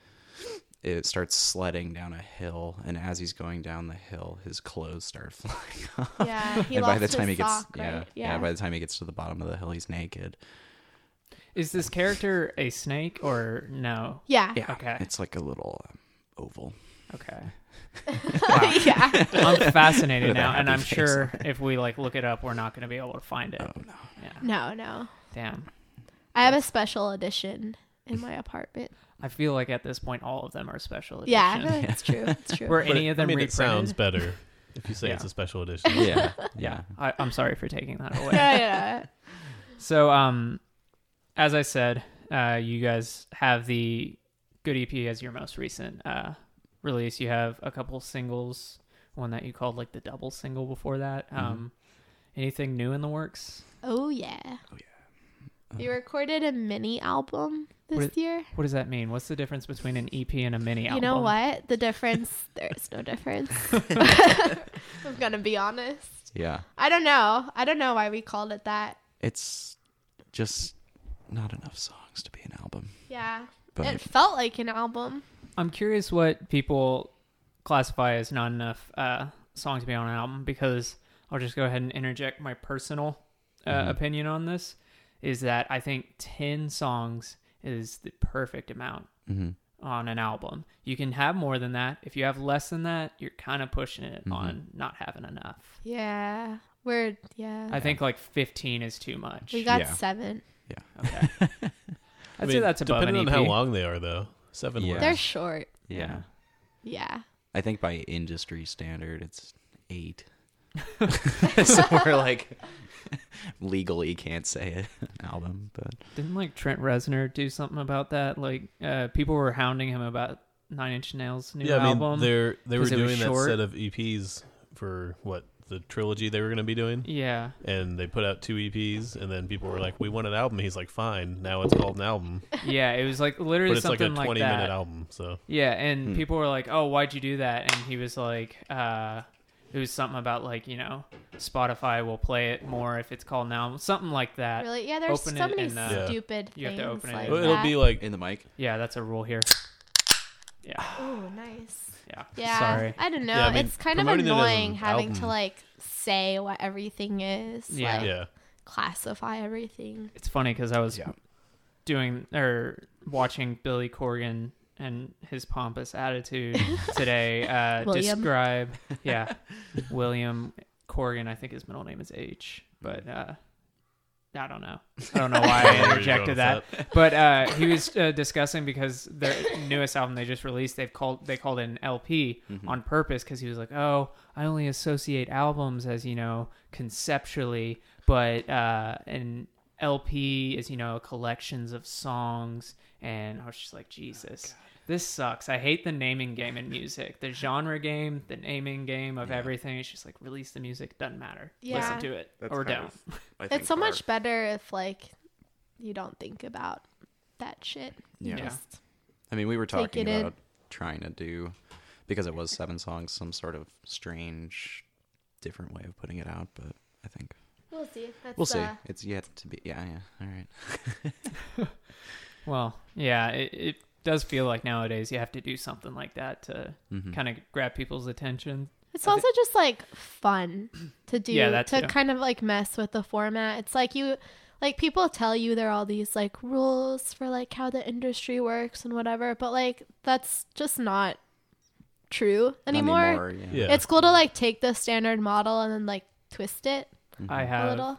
[SPEAKER 4] It starts sledding down a hill, and as he's going down the hill, his clothes start flying off.
[SPEAKER 3] Yeah, he
[SPEAKER 4] and
[SPEAKER 3] lost
[SPEAKER 4] by the
[SPEAKER 3] his
[SPEAKER 4] time he gets
[SPEAKER 3] sock,
[SPEAKER 4] yeah,
[SPEAKER 3] right?
[SPEAKER 4] yeah by the time he gets to the bottom of the hill, he's naked.
[SPEAKER 1] is this character a snake or no?
[SPEAKER 3] yeah,
[SPEAKER 4] Yeah,
[SPEAKER 1] Okay.
[SPEAKER 4] it's like a little um, oval.
[SPEAKER 1] Okay,
[SPEAKER 3] yeah.
[SPEAKER 1] I'm fascinated
[SPEAKER 4] With a
[SPEAKER 1] now, and I'm
[SPEAKER 4] happy face
[SPEAKER 1] sure if we like look it up, we're not going to be able to find it.
[SPEAKER 4] Oh no,
[SPEAKER 1] Yeah,
[SPEAKER 3] No, no.
[SPEAKER 1] damn.
[SPEAKER 3] I have a special edition in my apartment.
[SPEAKER 1] I feel like at this point, all of them are special. Edition.
[SPEAKER 3] Yeah, it's true. It's true.
[SPEAKER 1] Were any of them
[SPEAKER 2] I mean,
[SPEAKER 1] reprinted?
[SPEAKER 2] it sounds better if you say
[SPEAKER 1] Yeah.
[SPEAKER 2] it's a special edition.
[SPEAKER 4] yeah,
[SPEAKER 1] yeah,
[SPEAKER 4] yeah.
[SPEAKER 1] I, I'm sorry for taking that away.
[SPEAKER 3] yeah, yeah.
[SPEAKER 1] So, um, as I said, uh, you guys have the Good EP as your most recent uh, release. You have a couple singles, one that you called like the double single before that. Um, anything new in the works?
[SPEAKER 3] Oh yeah.
[SPEAKER 4] Oh,
[SPEAKER 3] We recorded a mini album this
[SPEAKER 1] What-
[SPEAKER 3] year.
[SPEAKER 1] What does that mean? What's the difference between an EP and a mini album?
[SPEAKER 3] You know what? The difference. there is no difference. I'm gonna be honest.
[SPEAKER 4] yeah.
[SPEAKER 3] I don't know. I don't know why we called it that.
[SPEAKER 4] It's just not enough songs to be an album,
[SPEAKER 3] Yeah.
[SPEAKER 4] but
[SPEAKER 3] It felt like an album.
[SPEAKER 1] I'm curious what people classify as not enough uh, songs to be on an album because I'll just go ahead and interject my personal uh,
[SPEAKER 2] Mm-hmm.
[SPEAKER 1] opinion on this is that I think 10 songs is the perfect amount
[SPEAKER 4] mm-hmm.
[SPEAKER 1] on an album. You can have more than that. If you have less than that, you're kind of pushing it
[SPEAKER 2] Mm-hmm.
[SPEAKER 1] on not having enough.
[SPEAKER 3] Yeah. We're yeah.
[SPEAKER 1] I think like 15 is too much.
[SPEAKER 3] we got
[SPEAKER 4] yeah.
[SPEAKER 3] seven.
[SPEAKER 1] Okay. I'd
[SPEAKER 2] I
[SPEAKER 1] say
[SPEAKER 2] mean,
[SPEAKER 1] that's above an E
[SPEAKER 2] depending
[SPEAKER 1] EP.
[SPEAKER 2] on how long they are, though. Seven
[SPEAKER 4] Yeah.
[SPEAKER 2] words.
[SPEAKER 3] They're short.
[SPEAKER 4] yeah.
[SPEAKER 3] Yeah.
[SPEAKER 4] I think by industry standard, it's eight. so we're like legally can't say it an album, but
[SPEAKER 1] Didn't like Trent Reznor do something about that? Like uh, people were hounding him about Nine Inch Nails' new
[SPEAKER 2] yeah, I mean,
[SPEAKER 1] album.
[SPEAKER 2] they're they were
[SPEAKER 1] 'cause it was
[SPEAKER 2] doing that
[SPEAKER 1] short.
[SPEAKER 2] set of EPs for what the trilogy they were going to be doing,
[SPEAKER 1] yeah,
[SPEAKER 2] and they put out two EPs, and then people were like, "We want an album." He's like, "Fine, now it's called an album,
[SPEAKER 1] yeah. It was like
[SPEAKER 2] but
[SPEAKER 1] literally
[SPEAKER 2] it's like a
[SPEAKER 1] something like,
[SPEAKER 2] twenty
[SPEAKER 1] that.
[SPEAKER 2] minute album." So
[SPEAKER 1] Yeah, and people were like, "Oh, why'd you do that?" And he was like, uh, "It was something about like you know, Spotify will play it more if it's called now, something like that."
[SPEAKER 3] Really? Yeah. There's
[SPEAKER 1] Open
[SPEAKER 3] so
[SPEAKER 1] it
[SPEAKER 3] many
[SPEAKER 1] and, uh,
[SPEAKER 3] stupid
[SPEAKER 1] you have
[SPEAKER 3] things
[SPEAKER 1] to open it
[SPEAKER 3] like
[SPEAKER 1] and-
[SPEAKER 2] it'll
[SPEAKER 3] that.
[SPEAKER 2] be like
[SPEAKER 4] in the mic,
[SPEAKER 1] Yeah, that's a rule here. Yeah,
[SPEAKER 3] oh, nice.
[SPEAKER 1] yeah.
[SPEAKER 3] Yeah.
[SPEAKER 1] Sorry.
[SPEAKER 3] I don't know.
[SPEAKER 2] Yeah, I mean,
[SPEAKER 3] it's kind of
[SPEAKER 2] promoting it as an
[SPEAKER 3] annoying having to
[SPEAKER 2] album-
[SPEAKER 3] like say what everything is.
[SPEAKER 1] Yeah.
[SPEAKER 3] Like,
[SPEAKER 2] yeah,
[SPEAKER 3] Classify everything.
[SPEAKER 1] It's funny because I was
[SPEAKER 4] Yeah.
[SPEAKER 1] doing or watching Billy Corgan and his pompous attitude today uh,
[SPEAKER 3] William.
[SPEAKER 1] describe, yeah, William Corgan. I think his middle name is H, but uh, I don't know. I don't know why I
[SPEAKER 2] I know where you're going
[SPEAKER 1] interjected
[SPEAKER 2] with
[SPEAKER 1] that. But uh, he was uh, discussing because their newest album they just released, they've called they called it an LP on purpose because he was like, "Oh, I only associate albums as you know conceptually, but uh, an LP is you know collections of songs." And I was just like, "Jesus." This sucks. I hate the naming game in music. The genre game, the naming game of everything. It's just like release the music, doesn't matter.
[SPEAKER 3] Yeah.
[SPEAKER 1] Listen to it or don't.
[SPEAKER 3] It's so much better if like you don't think about that shit. You
[SPEAKER 4] Yeah.
[SPEAKER 3] Just,
[SPEAKER 4] I mean, we were talking
[SPEAKER 3] it in.
[SPEAKER 4] about trying to do because it was seven songs, some sort of strange, different way of putting it out. But I think
[SPEAKER 3] We'll see. That's,
[SPEAKER 4] We'll see.
[SPEAKER 3] uh,
[SPEAKER 4] It's yet to be. Yeah, yeah. All right.
[SPEAKER 1] Well, yeah, it, it does feel like nowadays you have to do something like that to
[SPEAKER 4] Mhm.
[SPEAKER 1] kind of grab people's attention.
[SPEAKER 3] It's
[SPEAKER 1] I thi-
[SPEAKER 3] also just like fun to do.
[SPEAKER 1] Yeah, that
[SPEAKER 3] to
[SPEAKER 1] too.
[SPEAKER 3] kind of like mess with the format. It's like you like people tell you there are all these like rules for like how the industry works and whatever, but like that's just not true anymore.
[SPEAKER 4] Anymore,
[SPEAKER 2] Yeah.
[SPEAKER 3] It's cool to like take the standard model and then like twist it
[SPEAKER 1] I
[SPEAKER 3] a
[SPEAKER 1] have
[SPEAKER 3] little.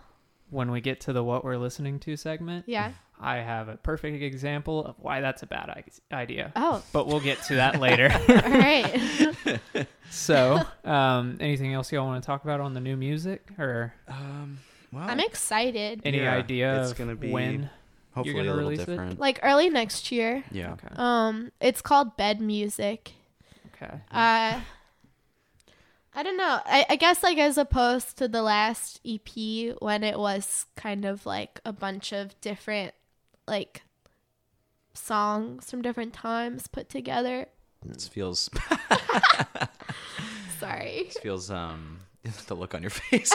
[SPEAKER 1] when we get to the what we're listening to segment.
[SPEAKER 3] Yeah.
[SPEAKER 1] I have a perfect example of why that's a bad i- idea.
[SPEAKER 3] Oh,
[SPEAKER 1] But we'll get to that later.
[SPEAKER 3] all right.
[SPEAKER 1] so, um, anything else y'all want to talk about on the new music or
[SPEAKER 4] Um, well,
[SPEAKER 3] I'm excited.
[SPEAKER 1] any
[SPEAKER 4] Yeah,
[SPEAKER 1] idea
[SPEAKER 4] it's
[SPEAKER 1] of
[SPEAKER 4] gonna be-
[SPEAKER 1] when?
[SPEAKER 4] hopefully
[SPEAKER 1] gonna
[SPEAKER 4] a little
[SPEAKER 1] release it?
[SPEAKER 4] different.
[SPEAKER 3] Like early next year.
[SPEAKER 4] Yeah.
[SPEAKER 1] Okay.
[SPEAKER 3] Um it's called Bed Music.
[SPEAKER 1] Okay.
[SPEAKER 3] Uh, I don't know. I, I guess like as opposed to the last EP when it was kind of like a bunch of different like songs from different times put together.
[SPEAKER 4] This feels.
[SPEAKER 3] Sorry.
[SPEAKER 4] This feels. Um, the look on your face.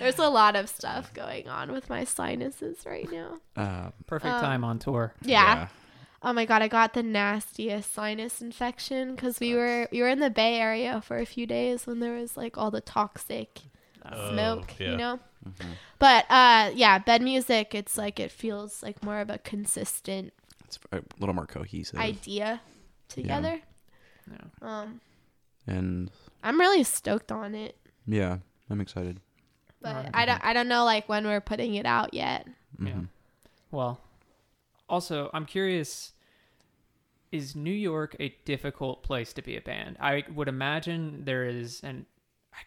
[SPEAKER 3] There's a lot of stuff going on with my sinuses right now.
[SPEAKER 4] um,
[SPEAKER 1] Perfect
[SPEAKER 3] um,
[SPEAKER 1] time on tour.
[SPEAKER 3] Yeah. Oh my god, I got the nastiest sinus infection cuz we were we were in the Bay Area for a few days when there was like all the toxic
[SPEAKER 2] Oh,
[SPEAKER 3] smoke,
[SPEAKER 2] yeah.
[SPEAKER 3] you know. But uh, yeah, bed music. It's like it feels like more of a consistent
[SPEAKER 4] It's a little more cohesive.
[SPEAKER 3] idea together.
[SPEAKER 1] Yeah.
[SPEAKER 3] Um,
[SPEAKER 4] and
[SPEAKER 3] I'm really stoked on it,
[SPEAKER 4] yeah, I'm excited.
[SPEAKER 3] but
[SPEAKER 2] Oh,
[SPEAKER 1] Alright.
[SPEAKER 3] I don't I don't know like when we're putting it out yet.
[SPEAKER 1] Yeah.
[SPEAKER 4] Mm-hmm.
[SPEAKER 1] Well, also, I'm curious is New York a difficult place to be a band? I would imagine there is an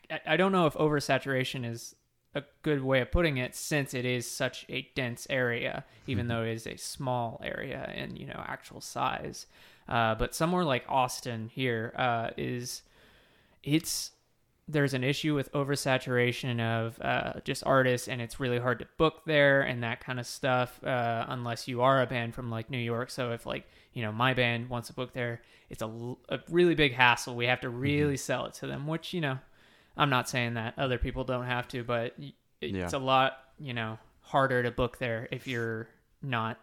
[SPEAKER 1] I, I don't know if oversaturation is a good way of putting it since it is such a dense area,
[SPEAKER 4] Mm-hmm.
[SPEAKER 1] even though it is a small area in, you know, actual size. Uh, but somewhere like Austin here uh, is it's there's an issue with oversaturation of uh, just artists, and it's really hard to book there and that kind of stuff uh, unless you are a band from like New York. So if like you know my band wants to book there, it's a, l- a really big hassle. We have to really sell it to them, which you know I'm not saying that other people don't have to, but y- it's a
[SPEAKER 4] Yeah.
[SPEAKER 1] lot you know harder to book there if you're not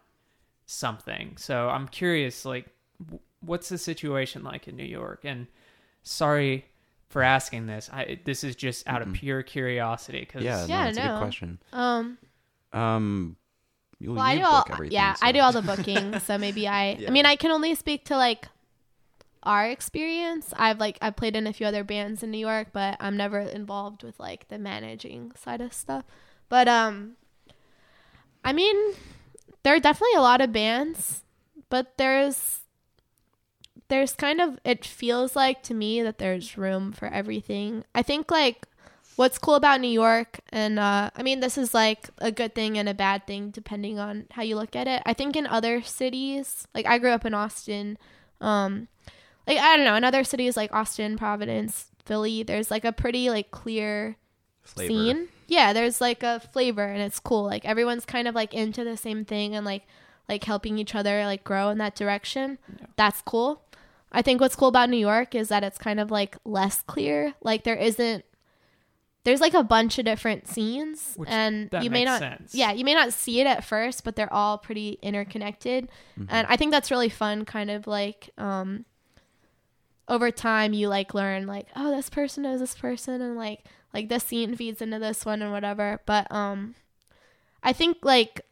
[SPEAKER 1] something. So I'm curious, like, w- what's the situation like in New York? And sorry for asking this. I this is just out of pure curiosity because
[SPEAKER 4] Yeah,
[SPEAKER 3] Yeah,
[SPEAKER 4] no, that's a
[SPEAKER 3] no.
[SPEAKER 4] good question.
[SPEAKER 3] Um,
[SPEAKER 4] Um, you,
[SPEAKER 3] well, I
[SPEAKER 4] you
[SPEAKER 3] do
[SPEAKER 4] book
[SPEAKER 3] all
[SPEAKER 4] everything.
[SPEAKER 3] yeah
[SPEAKER 4] so-
[SPEAKER 3] I do all the booking, so maybe I I mean I can only speak to like our experience. I've like I've played in a few other bands in New York, but I'm never involved with like the managing side of stuff. But um I mean, there are definitely a lot of bands, but there's there's kind of it feels like to me that there's room for everything. I think like what's cool about New York and uh I mean this is like a good thing and a bad thing depending on how you look at it. I think in other cities, like I grew up in Austin, um like I don't know, in other cities like Austin, Providence, Philly, there's like a pretty like clear
[SPEAKER 4] Flavor.
[SPEAKER 3] scene. Yeah, there's like a flavor and it's cool. Like everyone's kind of like into the same thing and like like helping each other like grow in that direction. That's cool. I think what's cool about New York is that it's kind of like less clear. Like there isn't there's like a bunch of different scenes
[SPEAKER 1] Which-
[SPEAKER 3] and
[SPEAKER 1] that
[SPEAKER 3] you may
[SPEAKER 1] makes
[SPEAKER 3] not
[SPEAKER 1] sense.
[SPEAKER 3] yeah, you may not see it at first, but they're all pretty interconnected. And I think that's really fun kind of like um over time you like learn like oh this person knows this person and like like this scene feeds into this one and whatever but um i think like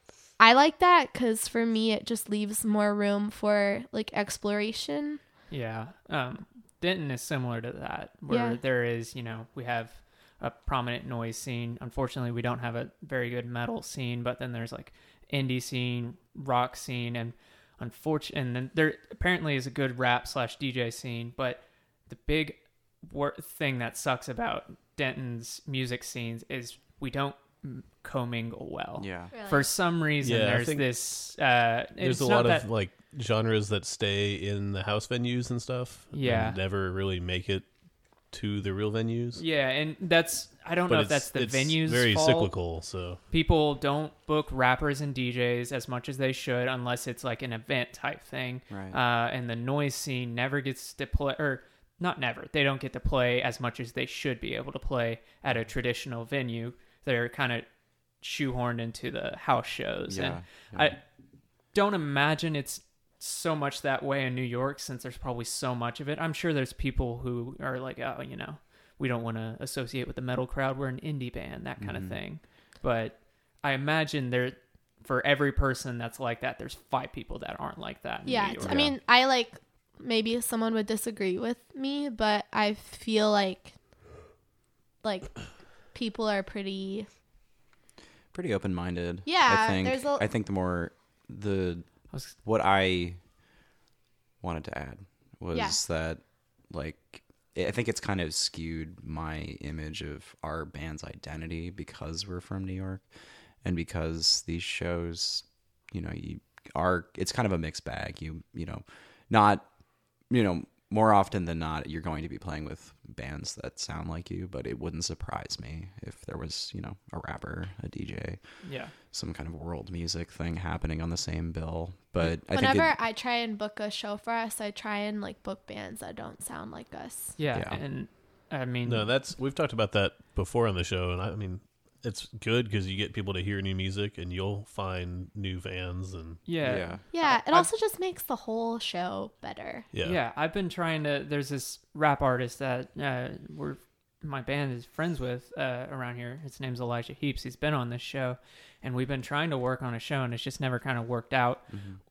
[SPEAKER 3] i like that because for me it just leaves more room for like exploration
[SPEAKER 1] yeah. Um, Denton is similar to that, where
[SPEAKER 3] Yeah.
[SPEAKER 1] there is you know we have a prominent noise scene. Unfortunately, we don't have a very good metal scene, but then there's like indie scene, rock scene, and unfortunate. And then there apparently is a good rap slash DJ scene, but the big wor- thing that sucks about Denton's music scenes is we don't m- commingle well.
[SPEAKER 4] Yeah.
[SPEAKER 1] for some reason
[SPEAKER 2] Yeah, I
[SPEAKER 1] there's
[SPEAKER 2] think
[SPEAKER 1] this uh it's
[SPEAKER 2] There's a
[SPEAKER 1] not
[SPEAKER 2] lot
[SPEAKER 1] that,
[SPEAKER 2] of like genres that stay in the house venues and stuff. and
[SPEAKER 1] Yeah.
[SPEAKER 2] never really make it to the real venues.
[SPEAKER 1] yeah and that's i don't know if that's the
[SPEAKER 2] it's
[SPEAKER 1] venues
[SPEAKER 2] very
[SPEAKER 1] fault.
[SPEAKER 2] cyclical. So
[SPEAKER 1] people don't book rappers and djs as much as they should unless it's like an event type thing
[SPEAKER 3] Uh,
[SPEAKER 4] Right.
[SPEAKER 1] uh and the noise scene never gets to play or not never. They don't get to play as much as they should be able to play at a traditional venue. They're kind of shoehorned into the house shows.
[SPEAKER 4] Yeah,
[SPEAKER 1] and I don't imagine it's so much that way in New York since there's probably so much of it. I'm sure there's people who are like, oh, you know, we don't want to associate with the metal crowd. We're an indie band, that
[SPEAKER 4] Mm-hmm.
[SPEAKER 1] kind of thing. But I imagine there, for every person that's like that, there's five people that aren't like that. in New
[SPEAKER 3] Yeah, it's-
[SPEAKER 1] York.
[SPEAKER 3] I mean, I like maybe someone would disagree with me, but I feel like like people are pretty
[SPEAKER 4] pretty open minded.
[SPEAKER 3] Yeah,
[SPEAKER 4] I think
[SPEAKER 3] there's a-
[SPEAKER 4] I think the more the
[SPEAKER 1] I was-
[SPEAKER 4] what I wanted to add was
[SPEAKER 3] Yeah.
[SPEAKER 4] that like I think it's kind of skewed my image of our band's identity because we're from New York and because these shows, you know, you are it's kind of a mixed bag. You you know, not you know, more often than not, you're going to be playing with bands that sound like you, but it wouldn't surprise me if there was, you know, a rapper, a DJ,
[SPEAKER 1] yeah.
[SPEAKER 4] some kind of world music thing happening on the same bill. But I think
[SPEAKER 3] whenever
[SPEAKER 4] it,
[SPEAKER 3] I try and book a show for us, I try and like book bands that don't sound like us.
[SPEAKER 1] yeah,
[SPEAKER 4] Yeah.
[SPEAKER 1] and I mean,
[SPEAKER 2] No, that's we've talked about that before on the show, and I, I mean it's good because you get people to hear new music, and you'll find new fans, and
[SPEAKER 1] yeah,
[SPEAKER 4] yeah,
[SPEAKER 3] Yeah, it
[SPEAKER 1] I-
[SPEAKER 3] also just makes the whole show better.
[SPEAKER 2] yeah,
[SPEAKER 1] Yeah, I've been trying to. There's this rap artist that uh, we're my band is friends with uh, around here. His name's Elijah Heaps. He's been on this show, and we've been trying to work on a show, and it's just never kind of worked out.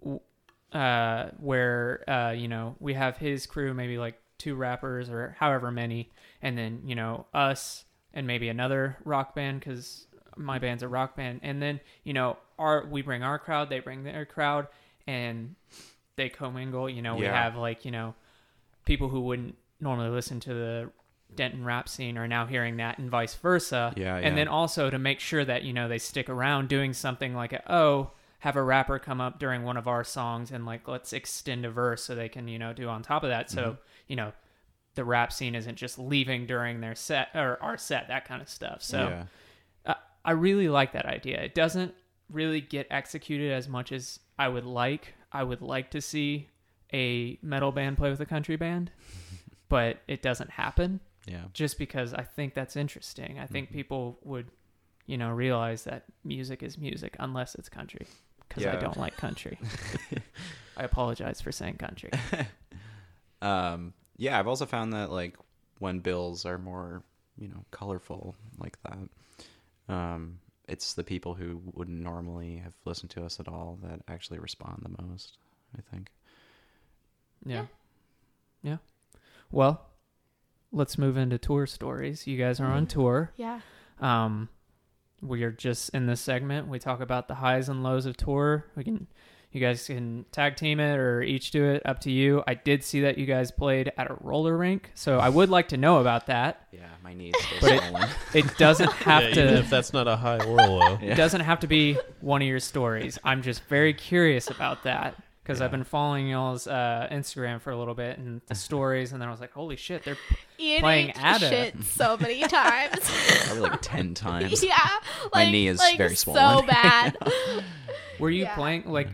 [SPEAKER 1] W- Uh, where uh, you know we have his crew, maybe like two rappers or however many, and then you know us and maybe another rock band because my band's a rock band, and then you know our we bring our crowd, they bring their crowd, and they commingle. You know, we
[SPEAKER 4] Yeah.
[SPEAKER 1] have like you know people who wouldn't normally listen to the Denton rap scene are now hearing that, and vice versa.
[SPEAKER 4] Yeah, yeah.
[SPEAKER 1] And then also to make sure that you know they stick around, doing something like a, oh, have a rapper come up during one of our songs and like let's extend a verse so they can you know do on top of that. So
[SPEAKER 4] Mm-hmm.
[SPEAKER 1] you know the rap scene isn't just leaving during their set or our set, that kind of stuff. So.
[SPEAKER 4] yeah.
[SPEAKER 1] I- I really like that idea. It doesn't really get executed as much as I would like. I would like to see a metal band play with a country band, but it doesn't happen
[SPEAKER 4] yeah.
[SPEAKER 1] just because I think that's interesting. I think people would, you know, realize that music is music unless it's country because I
[SPEAKER 4] Yeah.
[SPEAKER 1] don't like country. I apologize for saying country.
[SPEAKER 4] Um, yeah, I've also found that like when bills are more, you know, colorful like that, um, it's the people who wouldn't normally have listened to us at all that actually respond the most. I think.
[SPEAKER 1] Yeah. Yeah. Well, let's move into tour stories. You guys are on tour.
[SPEAKER 3] Yeah.
[SPEAKER 1] Um, we are just in this segment. We talk about the highs and lows of tour. We can, you guys can tag team it or each do it. Up to you. I did see that you guys played at a roller rink, so I would like to know about that.
[SPEAKER 4] Yeah, my knees.
[SPEAKER 1] But it- It doesn't have
[SPEAKER 2] Yeah, even
[SPEAKER 1] to.
[SPEAKER 2] if that's not a high or a low.
[SPEAKER 1] It doesn't have to be one of your stories. I'm just very curious about that because I've been following y'all's uh, Instagram for a little bit and the stories, and then I was like, holy shit, they're
[SPEAKER 3] Ian
[SPEAKER 1] Playing
[SPEAKER 3] ate
[SPEAKER 1] Ada.
[SPEAKER 3] shit so many times.
[SPEAKER 4] probably like ten times.
[SPEAKER 3] yeah.
[SPEAKER 4] My
[SPEAKER 3] like-
[SPEAKER 4] knee is
[SPEAKER 3] like,
[SPEAKER 4] very
[SPEAKER 3] So
[SPEAKER 4] swollen.
[SPEAKER 3] bad.
[SPEAKER 1] were you
[SPEAKER 3] Yeah.
[SPEAKER 1] playing like.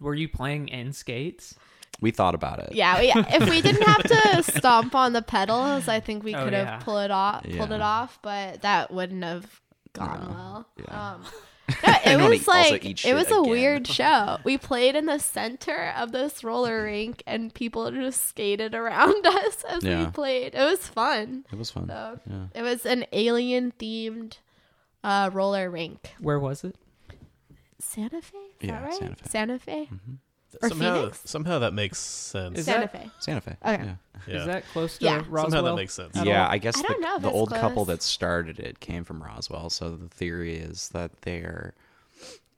[SPEAKER 1] Were you playing in skates?
[SPEAKER 4] We thought about it.
[SPEAKER 3] yeah, we, if we didn't have to stomp on the pedals, I think we
[SPEAKER 1] Oh,
[SPEAKER 3] could
[SPEAKER 1] yeah.
[SPEAKER 3] have pulled it off, pulled
[SPEAKER 4] Yeah.
[SPEAKER 3] it off, but that wouldn't have gone well.
[SPEAKER 4] yeah.
[SPEAKER 3] Um, no,
[SPEAKER 4] And
[SPEAKER 3] it
[SPEAKER 4] wanna
[SPEAKER 3] was
[SPEAKER 4] eat- also
[SPEAKER 3] like
[SPEAKER 4] eat
[SPEAKER 3] it
[SPEAKER 4] shit
[SPEAKER 3] was a
[SPEAKER 4] again.
[SPEAKER 3] weird show. We played in the center of this roller rink, and people just skated around us as we
[SPEAKER 4] Yeah.
[SPEAKER 3] played. It was fun.
[SPEAKER 4] It was fun.
[SPEAKER 3] So
[SPEAKER 4] Yeah.
[SPEAKER 3] it was an alien themed uh, roller rink.
[SPEAKER 1] Where was it?
[SPEAKER 3] Santa Fe, is
[SPEAKER 4] Yeah,
[SPEAKER 3] that right?
[SPEAKER 4] Santa Fe.
[SPEAKER 3] Santa Fe, Or
[SPEAKER 2] somehow,
[SPEAKER 3] Phoenix?
[SPEAKER 2] somehow that makes sense.
[SPEAKER 1] Is
[SPEAKER 3] Santa
[SPEAKER 1] that-
[SPEAKER 3] Fe.
[SPEAKER 4] Santa Fe.
[SPEAKER 3] Okay.
[SPEAKER 4] Yeah.
[SPEAKER 2] yeah.
[SPEAKER 1] Is that close to
[SPEAKER 3] Yeah.
[SPEAKER 1] Roswell?
[SPEAKER 2] Somehow that makes sense.
[SPEAKER 1] at
[SPEAKER 4] yeah,
[SPEAKER 1] all?
[SPEAKER 4] I guess
[SPEAKER 3] I
[SPEAKER 4] the,
[SPEAKER 3] don't know if
[SPEAKER 4] the
[SPEAKER 3] it's
[SPEAKER 4] old couple
[SPEAKER 3] close.
[SPEAKER 4] that started it came from Roswell. So the theory is that they're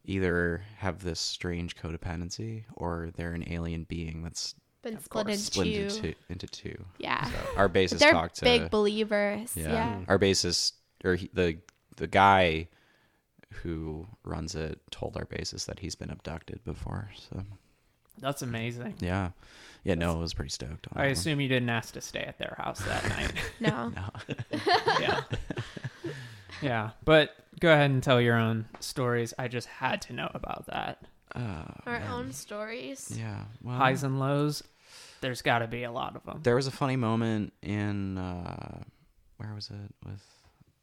[SPEAKER 4] either have this strange codependency or they're an alien being that's
[SPEAKER 3] Been split into,
[SPEAKER 4] split into two. Into two.
[SPEAKER 3] yeah.
[SPEAKER 4] Our bassist
[SPEAKER 3] They're
[SPEAKER 4] talked to
[SPEAKER 3] big believers.
[SPEAKER 4] yeah,
[SPEAKER 3] Yeah.
[SPEAKER 4] our bassist or he, the the guy who runs it told our bassist that he's been abducted before. So
[SPEAKER 1] That's amazing.
[SPEAKER 4] yeah, yeah, no, it was pretty stoked. On
[SPEAKER 1] I
[SPEAKER 4] that one.
[SPEAKER 1] assume you didn't ask to stay at their house that night.
[SPEAKER 3] No.
[SPEAKER 1] yeah. Yeah. But go ahead and tell your own stories. I just had to know about that.
[SPEAKER 4] Oh,
[SPEAKER 3] Our
[SPEAKER 4] man.
[SPEAKER 3] own stories.
[SPEAKER 4] Yeah, well,
[SPEAKER 1] Highs and lows There's got to be a lot of them.
[SPEAKER 4] There was a funny moment in uh, where was it with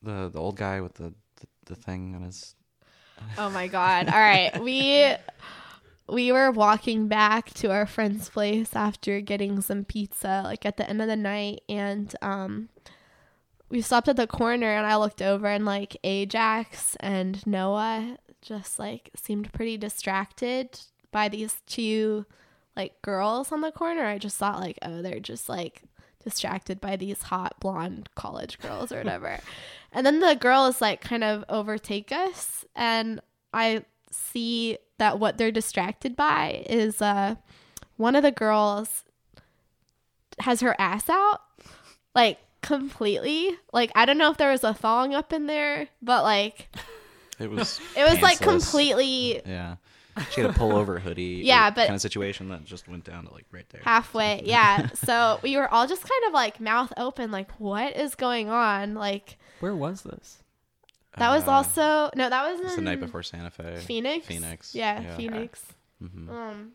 [SPEAKER 4] the the old guy with the the, the thing on his.
[SPEAKER 3] Oh my god. All right. We we were walking back to our friend's place after getting some pizza like at the end of the night and um we stopped at the corner and I looked over and like Ajax and Noah just like seemed pretty distracted by these two like girls on the corner. I just thought like, oh, they're just like distracted by these hot blonde college girls or whatever. and then the girls like kind of overtake us and I see that what they're distracted by is uh one of the girls has her ass out like completely. Like I don't know if there was a thong up in there, but like
[SPEAKER 4] It was.
[SPEAKER 3] it was like
[SPEAKER 4] pantsless.
[SPEAKER 3] completely
[SPEAKER 4] Yeah. She had a pullover hoodie.
[SPEAKER 3] Yeah, but-
[SPEAKER 4] kind of situation that just went down to like right there.
[SPEAKER 3] halfway yeah so we were all just kind of like mouth open like what is going on like
[SPEAKER 1] Where was this?
[SPEAKER 3] that was
[SPEAKER 4] Uh,
[SPEAKER 3] also no that was,
[SPEAKER 4] It was the night
[SPEAKER 3] in
[SPEAKER 4] before Santa Fe.
[SPEAKER 3] phoenix
[SPEAKER 4] Phoenix.
[SPEAKER 3] yeah,
[SPEAKER 4] Yeah.
[SPEAKER 3] phoenix
[SPEAKER 4] Mhm.
[SPEAKER 3] um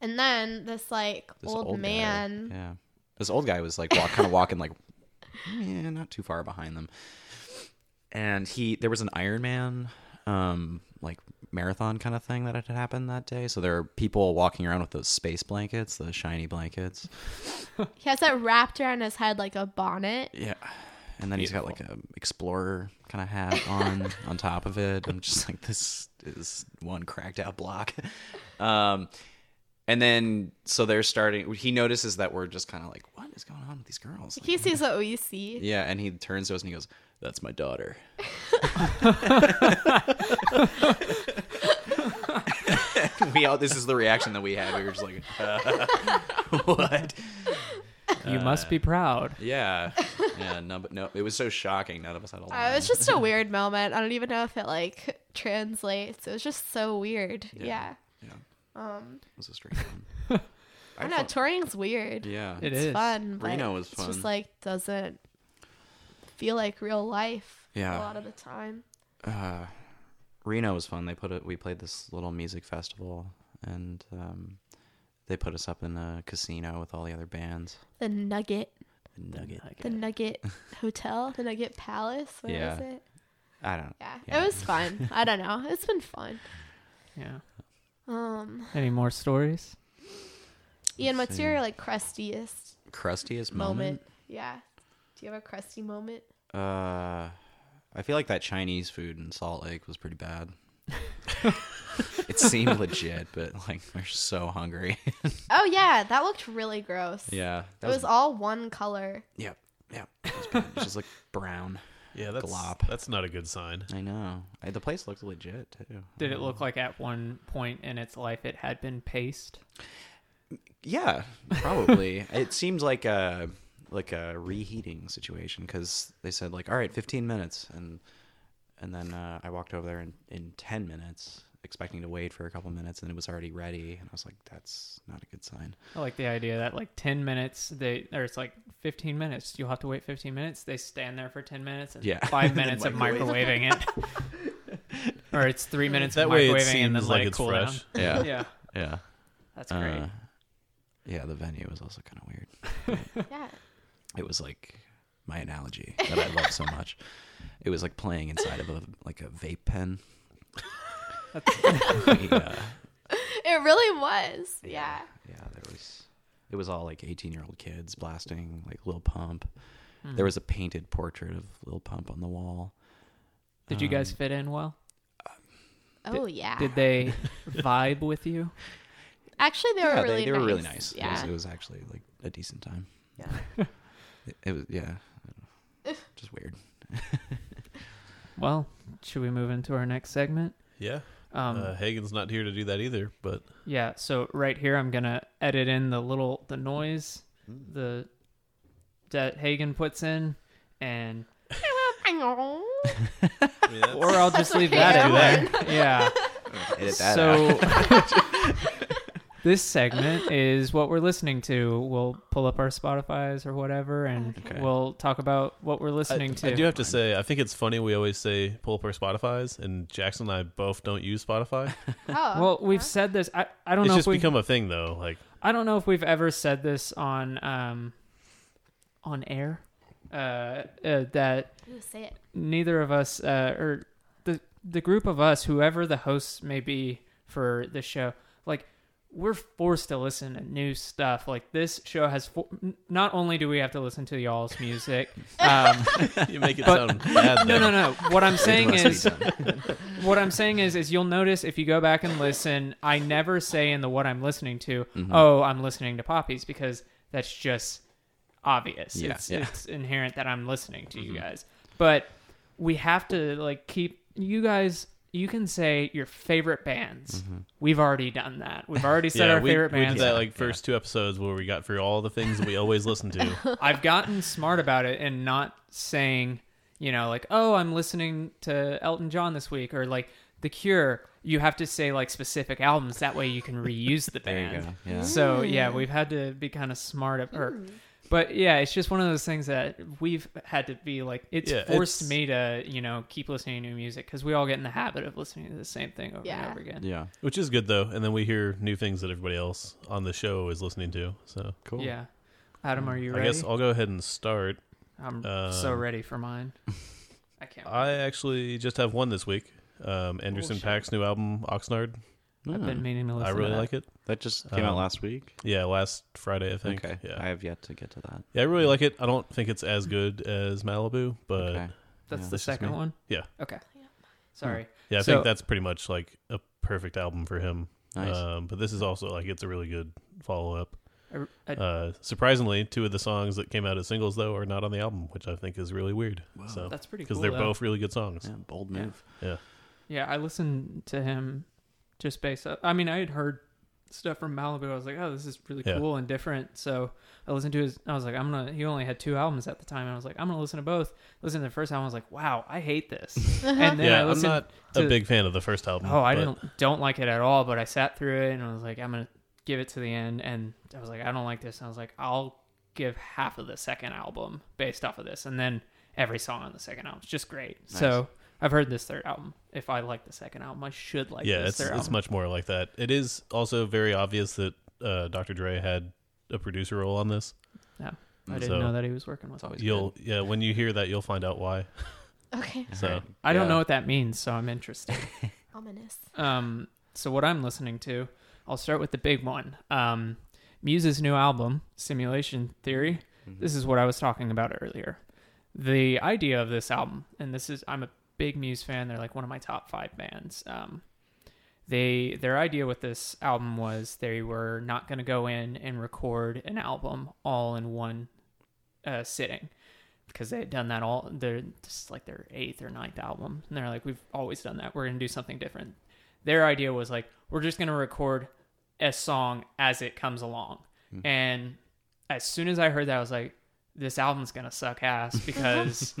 [SPEAKER 3] and then this like
[SPEAKER 4] This
[SPEAKER 3] old,
[SPEAKER 4] old guy,
[SPEAKER 3] man
[SPEAKER 4] Yeah. This old guy was like walk, kind of walking like yeah, not too far behind them. And he there was an Iron Man um like marathon kind of thing that had happened that day. So there are people walking around with those space blankets, the shiny blankets.
[SPEAKER 3] he has that wrapped around his head like a bonnet
[SPEAKER 4] Yeah. And then he's got like a explorer kind of hat on on top of it. I'm just like this is one cracked out block. Um and then so they're starting he notices that we're just kind of like what is going on with these girls?
[SPEAKER 3] he sees what we see
[SPEAKER 4] Yeah, and he turns to us and he goes, "That's my daughter." we all this is the reaction that we had. We were just like, "What?"
[SPEAKER 1] You must be proud.
[SPEAKER 4] Yeah, yeah. No, but no, it was so shocking. None of us had a
[SPEAKER 3] Uh, it
[SPEAKER 4] line.
[SPEAKER 3] was just a weird moment. I don't even know if it like translates. It was just so weird. Yeah.
[SPEAKER 4] yeah, it
[SPEAKER 3] Um,
[SPEAKER 4] was a strange one.
[SPEAKER 3] I don't know.
[SPEAKER 4] thought-
[SPEAKER 3] Touring's weird.
[SPEAKER 4] yeah,
[SPEAKER 1] It
[SPEAKER 3] it's
[SPEAKER 1] is.
[SPEAKER 3] fun. But
[SPEAKER 4] Reno was
[SPEAKER 3] It's
[SPEAKER 4] fun.
[SPEAKER 3] just like doesn't feel like real life.
[SPEAKER 4] Yeah.
[SPEAKER 3] A lot of the time.
[SPEAKER 4] uh, Reno was fun. They put it. We played this little music festival, and um, they put us up in a casino with all the other bands.
[SPEAKER 3] The Nugget,
[SPEAKER 2] Uh,
[SPEAKER 4] Nugget.
[SPEAKER 3] the Nugget Hotel, the Nugget Palace. What is
[SPEAKER 4] Yeah.
[SPEAKER 3] it?
[SPEAKER 4] I don't.
[SPEAKER 3] Yeah.
[SPEAKER 4] Yeah.
[SPEAKER 3] It was fun. I don't know. It's been fun.
[SPEAKER 1] Yeah.
[SPEAKER 3] Um,
[SPEAKER 1] Any more stories?
[SPEAKER 3] Ian,
[SPEAKER 4] Let's
[SPEAKER 3] what's
[SPEAKER 4] see.
[SPEAKER 3] your like crustiest
[SPEAKER 4] Crustiest
[SPEAKER 3] moment?
[SPEAKER 4] moment.
[SPEAKER 3] Yeah. Do you have a crusty moment?
[SPEAKER 4] Uh, I feel like that Chinese food in Salt Lake was pretty bad. it seemed legit, but like we're so hungry.
[SPEAKER 3] Oh yeah, that looked really gross.
[SPEAKER 4] yeah,
[SPEAKER 3] It was all one color.
[SPEAKER 4] Yeah, yeah. It was bad. It was just like brown.
[SPEAKER 2] Yeah, that's
[SPEAKER 4] Glop.
[SPEAKER 2] that's not a good sign.
[SPEAKER 4] I know. I, the place looked legit too. Uh,
[SPEAKER 1] Did it look like at one point in its life it had been paced?
[SPEAKER 4] Yeah, probably. it seems like a like a reheating situation because they said like, all right, fifteen minutes, and and then uh, I walked over there in in ten minutes, expecting to wait for a couple minutes, and it was already ready, and I was like, that's not a good sign.
[SPEAKER 1] I like the idea that like ten minutes they or it's like fifteen minutes. You'll have to wait fifteen minutes. They stand there for ten minutes and
[SPEAKER 4] Yeah.
[SPEAKER 1] five
[SPEAKER 4] And then
[SPEAKER 1] minutes of
[SPEAKER 4] microwave.
[SPEAKER 1] microwaving it. or it's three minutes
[SPEAKER 2] That
[SPEAKER 1] of
[SPEAKER 2] way, it
[SPEAKER 1] microwaving and then
[SPEAKER 2] seems
[SPEAKER 1] let
[SPEAKER 2] like
[SPEAKER 1] it
[SPEAKER 2] it's
[SPEAKER 1] cool
[SPEAKER 2] fresh.
[SPEAKER 1] down.
[SPEAKER 4] Yeah,
[SPEAKER 1] Yeah.
[SPEAKER 4] yeah,
[SPEAKER 1] That's great.
[SPEAKER 4] Uh, yeah, the venue was also kind of weird.
[SPEAKER 3] Yeah.
[SPEAKER 4] It was like my analogy that I love so much. It was like playing inside of a like a vape pen. yeah.
[SPEAKER 3] It really was.
[SPEAKER 4] Yeah.
[SPEAKER 3] Yeah.
[SPEAKER 4] Yeah, there was. It was all like eighteen-year-old kids blasting like Lil Pump.
[SPEAKER 3] Hmm.
[SPEAKER 4] There was a painted portrait of Lil Pump on the wall.
[SPEAKER 1] Did you
[SPEAKER 2] um,
[SPEAKER 1] guys fit in well?
[SPEAKER 3] Oh yeah.
[SPEAKER 1] Did they vibe with you?
[SPEAKER 3] Actually, they
[SPEAKER 4] yeah,
[SPEAKER 3] were really
[SPEAKER 4] they,
[SPEAKER 3] nice.
[SPEAKER 4] were really nice. It was-
[SPEAKER 3] Yeah.
[SPEAKER 4] It, was, actually like a decent time.
[SPEAKER 3] Yeah.
[SPEAKER 4] It, it was yeah, I don't know. just weird.
[SPEAKER 1] Well, should we move into our next segment?
[SPEAKER 2] Yeah,
[SPEAKER 1] Um,
[SPEAKER 2] uh, Hagen's not here to do that either. But
[SPEAKER 1] Yeah, so right here I'm gonna edit in the little the noise the that Hagen puts in and
[SPEAKER 3] oh.
[SPEAKER 2] I mean, that's-
[SPEAKER 1] or I'll just leave
[SPEAKER 3] That's
[SPEAKER 1] that
[SPEAKER 3] okay,
[SPEAKER 1] in there. Yeah.
[SPEAKER 4] Edit that out.
[SPEAKER 1] So this segment is what we're listening to. We'll pull up our Spotify's or whatever, and
[SPEAKER 4] Okay.
[SPEAKER 1] we'll talk about what we're
[SPEAKER 2] I,
[SPEAKER 1] listening to.
[SPEAKER 2] I do have to say, I think it's funny we always say pull up our Spotify's, and Jackson and I both don't use Spotify.
[SPEAKER 3] Oh,
[SPEAKER 1] well, we've
[SPEAKER 3] huh?
[SPEAKER 1] said this. I, I don't
[SPEAKER 2] It's
[SPEAKER 1] know if
[SPEAKER 2] just
[SPEAKER 1] we've
[SPEAKER 2] become a thing though. Like
[SPEAKER 1] I don't know if we've ever said this on um on air uh, uh that
[SPEAKER 3] Ooh, say it.
[SPEAKER 1] neither of us uh or the the group of us whoever the hosts may be for the show like we're forced to listen to new stuff like this show has for- n- not only do we have to listen to y'all's music um
[SPEAKER 2] you make it
[SPEAKER 1] But-
[SPEAKER 2] sound bad.
[SPEAKER 1] no no no what i'm saying
[SPEAKER 4] It must be
[SPEAKER 1] is
[SPEAKER 4] done.
[SPEAKER 1] what I'm saying is, is you'll notice if you go back and listen, I never say in the what I'm listening to,
[SPEAKER 2] Mm-hmm.
[SPEAKER 1] oh, I'm listening to poppies because that's just obvious.
[SPEAKER 4] Yeah,
[SPEAKER 1] it's,
[SPEAKER 4] yeah.
[SPEAKER 1] it's inherent that I'm listening to
[SPEAKER 2] Mm-hmm.
[SPEAKER 1] you guys. But we have to like keep you guys. You can say your favorite bands. We've already done that. We've already said
[SPEAKER 2] Mm-hmm. yeah,
[SPEAKER 1] our
[SPEAKER 2] we,
[SPEAKER 1] favorite
[SPEAKER 2] we
[SPEAKER 1] bands.
[SPEAKER 2] did that like first two episodes where we got through all the things that we always listen to.
[SPEAKER 1] I've gotten smart about it and not saying, you know, like, oh, I'm listening to Elton John this week or like The Cure. You have to say like specific albums. That way you can reuse the
[SPEAKER 4] There you
[SPEAKER 1] band.
[SPEAKER 4] go. Yeah.
[SPEAKER 1] So yeah, we've had to be kind of smart of or
[SPEAKER 3] Mm.
[SPEAKER 1] but yeah, it's just one of those things that we've had to be like it's
[SPEAKER 2] Yeah,
[SPEAKER 1] forced
[SPEAKER 2] it's-
[SPEAKER 1] me to, you know, keep listening to new music cuz we all get in the habit of listening to the same thing over and
[SPEAKER 3] Yeah.
[SPEAKER 1] over again.
[SPEAKER 4] Yeah.
[SPEAKER 2] Which is good though, and then we hear new things that everybody else on the show is listening to. So
[SPEAKER 4] Cool.
[SPEAKER 1] Yeah. Adam, are you
[SPEAKER 2] Mm. I
[SPEAKER 1] ready?
[SPEAKER 2] guess I'll go ahead and start.
[SPEAKER 1] I'm
[SPEAKER 2] um,
[SPEAKER 1] so ready for mine. I can't.
[SPEAKER 2] I actually just have one this week. Um, Anderson
[SPEAKER 1] Oh, shit.
[SPEAKER 2] Pack's new album Oxnard.
[SPEAKER 1] I've been meaning to listen
[SPEAKER 2] Mm. I really
[SPEAKER 1] to that.
[SPEAKER 2] like it.
[SPEAKER 4] That just came
[SPEAKER 2] Um,
[SPEAKER 4] out last week.
[SPEAKER 2] Yeah, last Friday I think.
[SPEAKER 4] Okay.
[SPEAKER 2] Yeah.
[SPEAKER 4] I have yet to get to that.
[SPEAKER 2] Yeah, I really like it. I don't think it's as good as Malibu, but
[SPEAKER 4] Okay.
[SPEAKER 1] That's
[SPEAKER 4] Yeah.
[SPEAKER 1] the
[SPEAKER 2] That's just
[SPEAKER 1] second
[SPEAKER 2] me.
[SPEAKER 1] one.
[SPEAKER 2] Yeah.
[SPEAKER 1] Okay. Sorry.
[SPEAKER 2] yeah, I
[SPEAKER 1] So-
[SPEAKER 2] think that's pretty much like a perfect album for him.
[SPEAKER 4] Nice.
[SPEAKER 2] Um, but this is also like it's a really good follow up.
[SPEAKER 1] Er, I- I-
[SPEAKER 2] Uh, surprisingly, two of the songs that came out as singles though are not on the album, which I think is really weird. so
[SPEAKER 1] that's pretty
[SPEAKER 2] because
[SPEAKER 1] cool.
[SPEAKER 2] Oh, they're
[SPEAKER 1] though.
[SPEAKER 2] both really good songs.
[SPEAKER 4] Yeah, bold
[SPEAKER 1] Yeah.
[SPEAKER 4] move.
[SPEAKER 2] Yeah.
[SPEAKER 1] Yeah, I listened to him just based. I mean, I had heard stuff from Malibu. I was like, oh, this is really
[SPEAKER 2] Yeah.
[SPEAKER 1] cool and different. So I listened to his. I was like, I'm gonna. He only had two albums at the time, and I was like, I'm gonna listen to both. Listen to the first album. I was like, wow, I hate this. And then
[SPEAKER 2] Yeah,
[SPEAKER 1] I
[SPEAKER 2] I'm
[SPEAKER 1] listened.
[SPEAKER 2] not
[SPEAKER 1] to-
[SPEAKER 2] a big fan of the first album.
[SPEAKER 1] oh, I
[SPEAKER 2] Mm, but
[SPEAKER 1] don't don't like it at all. But I sat through it and I was like, I'm gonna give it to the end. And I was like, I don't like this. And I was like, I'll give half of the second album based off of this, and then every song on the second album is just great. So I've heard this third album. If I like the second album, I should like
[SPEAKER 2] yeah,
[SPEAKER 1] this
[SPEAKER 2] it's
[SPEAKER 1] third
[SPEAKER 2] it's
[SPEAKER 1] album.
[SPEAKER 2] much more like that. It is also very obvious that uh, Dr. Dre had a producer role on this.
[SPEAKER 1] yeah, I didn't
[SPEAKER 2] So-
[SPEAKER 1] know that he was working with.
[SPEAKER 4] It's always
[SPEAKER 2] You'll yeah, when you hear that, you'll find out why.
[SPEAKER 3] okay,
[SPEAKER 4] good.
[SPEAKER 2] So
[SPEAKER 4] Alright.
[SPEAKER 1] I don't
[SPEAKER 4] Yeah.
[SPEAKER 1] know what that means, so I'm interested.
[SPEAKER 3] ominous.
[SPEAKER 1] um, so what I'm listening to, I'll start with the big one. Um, Muse's new album, Simulation Theory. This is what I was talking about earlier. The idea of this album, and this is I'm a big Muse fan. They're like one of my top five bands. Um, they their idea with this album was they were not going to go in and record an album all in one uh, sitting because they had done that all their this is like their eighth or ninth album and they're like we've always done that we're gonna do something different their idea was like we're just gonna record a song as it comes along and as soon as i heard that i was like this album's gonna suck ass because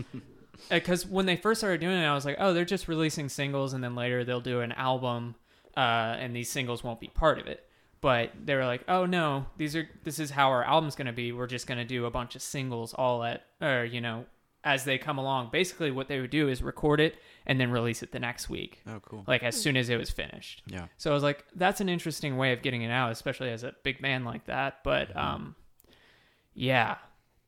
[SPEAKER 1] because when they first started doing it i was like oh they're just releasing singles and then later they'll do an album uh, and these singles won't be part of it but they were like, "Oh no, these are this is how our album's going to be. We're just going to do a bunch of singles all at or you know, as they come along." Basically what they would do is record it and then release it the next week,
[SPEAKER 4] Oh, cool.
[SPEAKER 1] like as soon as it was finished.
[SPEAKER 4] yeah.
[SPEAKER 1] So I was like, that's an interesting way of getting it out, especially as a big man like that. But
[SPEAKER 4] Mm-hmm.
[SPEAKER 1] um, yeah,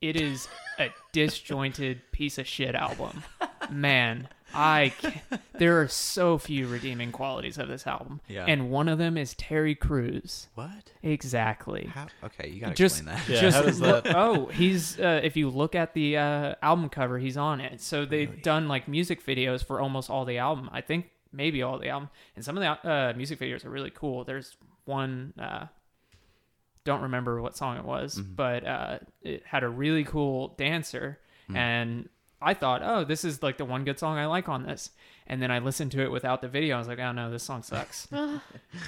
[SPEAKER 1] it is a disjointed piece of shit album. Man, I ca- there are so few redeeming qualities of this album,
[SPEAKER 4] Yeah.
[SPEAKER 1] and one of them is Terry Crews.
[SPEAKER 4] What?
[SPEAKER 1] Exactly.
[SPEAKER 4] How? Okay, you gotta
[SPEAKER 1] Just-
[SPEAKER 4] explain that.
[SPEAKER 2] yeah,
[SPEAKER 1] Just
[SPEAKER 2] how does
[SPEAKER 1] look-
[SPEAKER 2] that?
[SPEAKER 1] oh, he's uh, if you look at the uh, album cover, he's on it. So they've done like music videos for almost all the album. I think maybe all the album, and some of the uh, music videos are really cool. There's one, uh, don't remember what song it was,
[SPEAKER 4] Mm-hmm.
[SPEAKER 1] but uh, it had a really cool dancer,
[SPEAKER 4] Mm.
[SPEAKER 1] and I thought, oh, this is like the one good song I like on this. And then I listened to it without the video. I was like, oh no, this song sucks.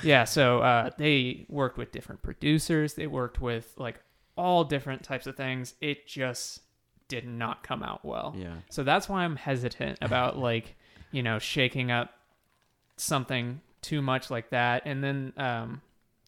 [SPEAKER 1] yeah, so uh, they worked with different producers. They worked with like all different types of things. It just did not come out well.
[SPEAKER 4] Yeah.
[SPEAKER 1] So that's why I'm hesitant about like, you know, shaking up something too much like that. And then um,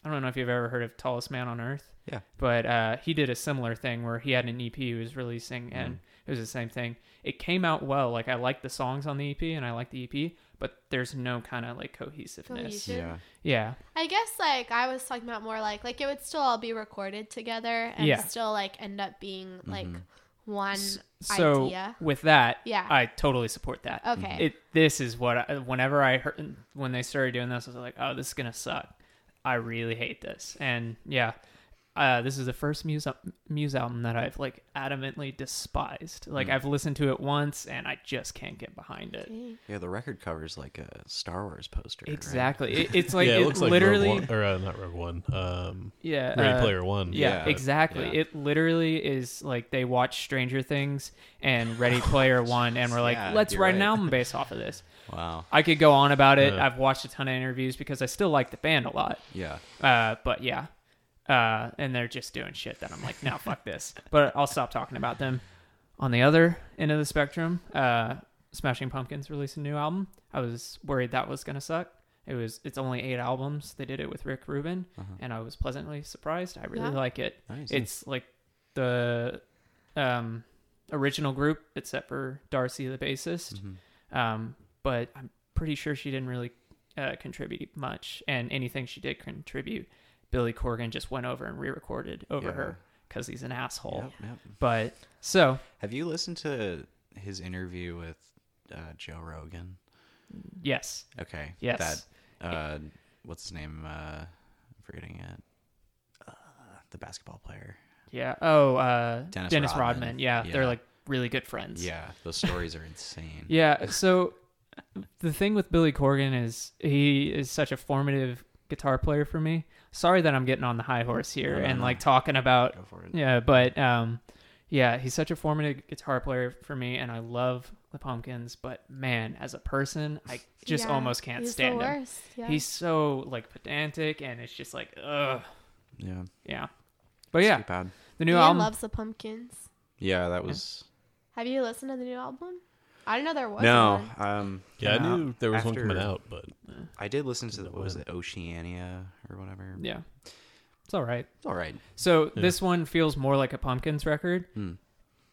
[SPEAKER 1] I don't know if you've ever heard of Tallest Man on Earth.
[SPEAKER 4] Yeah.
[SPEAKER 1] But uh, he did a similar thing where he had an EP he was releasing, and it was the same thing. It came out well. Like I like the songs on the EP, and I like the EP, but there's no kind of like cohesiveness.
[SPEAKER 3] Cohesion.
[SPEAKER 4] Yeah.
[SPEAKER 1] Yeah.
[SPEAKER 3] I guess like I was talking about more like like it would still all be recorded together and
[SPEAKER 1] Yeah.
[SPEAKER 3] still like end up being like one
[SPEAKER 1] So
[SPEAKER 3] idea.
[SPEAKER 1] with that,
[SPEAKER 3] Yeah.
[SPEAKER 1] I totally support that.
[SPEAKER 3] Okay.
[SPEAKER 1] It this is what I, whenever I heard when they started doing this, I was like, oh, this is gonna suck. I really hate this, and yeah, uh, this is the first Muse Muse album that I've like adamantly despised. Like
[SPEAKER 2] Hmm.
[SPEAKER 1] I've listened to it once, and I just can't get behind it.
[SPEAKER 4] Yeah, the record cover's like a Star Wars poster. right?
[SPEAKER 1] Exactly. It, it's like
[SPEAKER 2] yeah,
[SPEAKER 1] it
[SPEAKER 2] it looks like
[SPEAKER 1] literally.
[SPEAKER 2] Rogue One, or uh, not Rogue One. Um,
[SPEAKER 1] yeah.
[SPEAKER 2] Ready
[SPEAKER 1] uh,
[SPEAKER 2] Player One.
[SPEAKER 1] Yeah,
[SPEAKER 4] Yeah.
[SPEAKER 1] exactly.
[SPEAKER 4] Yeah.
[SPEAKER 1] It literally is like they watch Stranger Things and Ready Player One, and we're like,
[SPEAKER 4] Yeah,
[SPEAKER 1] let's
[SPEAKER 4] you're
[SPEAKER 1] write an
[SPEAKER 4] right.
[SPEAKER 1] album based off of this.
[SPEAKER 4] Wow.
[SPEAKER 1] I could go on about it.
[SPEAKER 2] Yeah.
[SPEAKER 1] I've watched a ton of interviews because I still like the band a lot.
[SPEAKER 4] Yeah.
[SPEAKER 1] Uh, but yeah, uh, and they're just doing shit that I'm like, no, fuck this. But I'll stop talking about them. On the other end of the spectrum, uh, Smashing Pumpkins released a new album. I was worried that was gonna suck. It was. It's only eight albums. They did it with Rick Rubin, and I was pleasantly surprised. I really
[SPEAKER 3] Yeah.
[SPEAKER 1] like it.
[SPEAKER 4] Uh-huh. Nice.
[SPEAKER 1] It's like the um, original group, except for Darcy, the bassist.
[SPEAKER 4] Mm-hmm.
[SPEAKER 1] Um, but I'm pretty sure she didn't really uh, contribute much, and anything she did contribute, Billy Corgan just went over and re-recorded over
[SPEAKER 4] Yeah.
[SPEAKER 1] her because he's an asshole.
[SPEAKER 4] Yep, yep.
[SPEAKER 1] But so
[SPEAKER 4] Have you listened to his interview with uh, Joe Rogan?
[SPEAKER 1] yes,
[SPEAKER 4] Okay.
[SPEAKER 1] Yes.
[SPEAKER 4] That. Uh, what's his name? Uh, I'm forgetting it. Uh, the basketball player.
[SPEAKER 1] yeah. Oh, uh, Dennis,
[SPEAKER 4] Dennis
[SPEAKER 1] Rodman.
[SPEAKER 4] Rodman.
[SPEAKER 1] Yeah, they're
[SPEAKER 4] Yeah.
[SPEAKER 1] like really good friends.
[SPEAKER 4] Yeah, those stories are insane.
[SPEAKER 1] Yeah. So the thing with Billy Corgan is he is such a formative guitar player for me. Sorry that I'm getting on the high horse here
[SPEAKER 4] No, no,
[SPEAKER 1] and
[SPEAKER 4] no.
[SPEAKER 1] like talking about
[SPEAKER 4] Go for it.
[SPEAKER 1] yeah, but um yeah, he's such a formative guitar player for me and I love the Pumpkins, but man, as a person, I just
[SPEAKER 3] Yeah,
[SPEAKER 1] almost can't
[SPEAKER 3] he's
[SPEAKER 1] stand
[SPEAKER 3] the
[SPEAKER 1] him.
[SPEAKER 3] worst. Yeah.
[SPEAKER 1] He's so like pedantic and it's just like ugh,
[SPEAKER 4] Yeah.
[SPEAKER 1] yeah. But Oh, yeah,
[SPEAKER 4] Too bad.
[SPEAKER 1] the new
[SPEAKER 3] Ian
[SPEAKER 1] album
[SPEAKER 3] loves the pumpkins.
[SPEAKER 4] Yeah, that was
[SPEAKER 3] Have you listened to the new album? I didn't know there was
[SPEAKER 4] no.
[SPEAKER 3] one.
[SPEAKER 4] Um,
[SPEAKER 2] Yeah, I
[SPEAKER 4] came out
[SPEAKER 2] knew there was one
[SPEAKER 4] after-
[SPEAKER 2] coming out, but
[SPEAKER 4] I did listen to the, what was it, Oceania or whatever.
[SPEAKER 1] Yeah. It's all right.
[SPEAKER 4] It's all right.
[SPEAKER 1] So this one feels more like a Pumpkins record.
[SPEAKER 4] Hmm.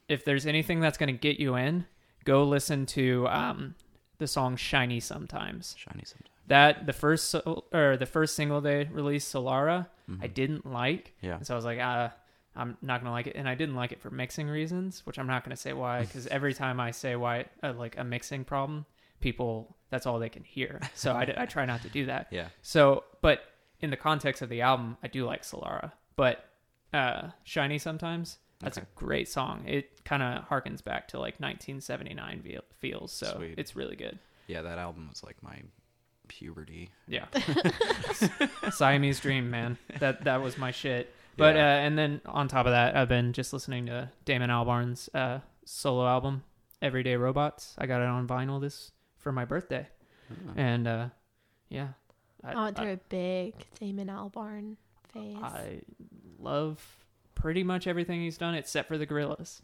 [SPEAKER 1] If there's anything that's going to get you in, go listen to um, the song "Shiny." Sometimes
[SPEAKER 4] Shiny sometimes.
[SPEAKER 1] that the first so- or the first single they released, Solara, I didn't like.
[SPEAKER 4] Yeah.
[SPEAKER 1] And so I was like, uh, I'm not gonna like it, and I didn't like it for mixing reasons, which I'm not gonna say why, because every time I say why, uh, like a mixing problem, people that's all they can hear. So I, d- I try not to do that.
[SPEAKER 4] Yeah.
[SPEAKER 1] So, but in the context of the album, I do like Solara, but uh, Shiny sometimes. That's
[SPEAKER 4] Okay.
[SPEAKER 1] a great song. It kind of harkens back to like 1979 ve- feels, so
[SPEAKER 4] Sweet.
[SPEAKER 1] it's really good.
[SPEAKER 4] Yeah, that album was like my puberty.
[SPEAKER 1] Yeah, Siamese Dream, man. That that was my shit. But
[SPEAKER 4] Yeah.
[SPEAKER 1] uh, and then on top of that, I've been just listening to Damon Albarn's uh, solo album, Everyday Robots. I got it on vinyl this for my birthday,
[SPEAKER 4] Mm. Hmm.
[SPEAKER 1] and uh, yeah, I,
[SPEAKER 3] I went
[SPEAKER 1] I-
[SPEAKER 3] through a big Damon Albarn phase. I,
[SPEAKER 1] I love pretty much everything he's done except for the Gorillas.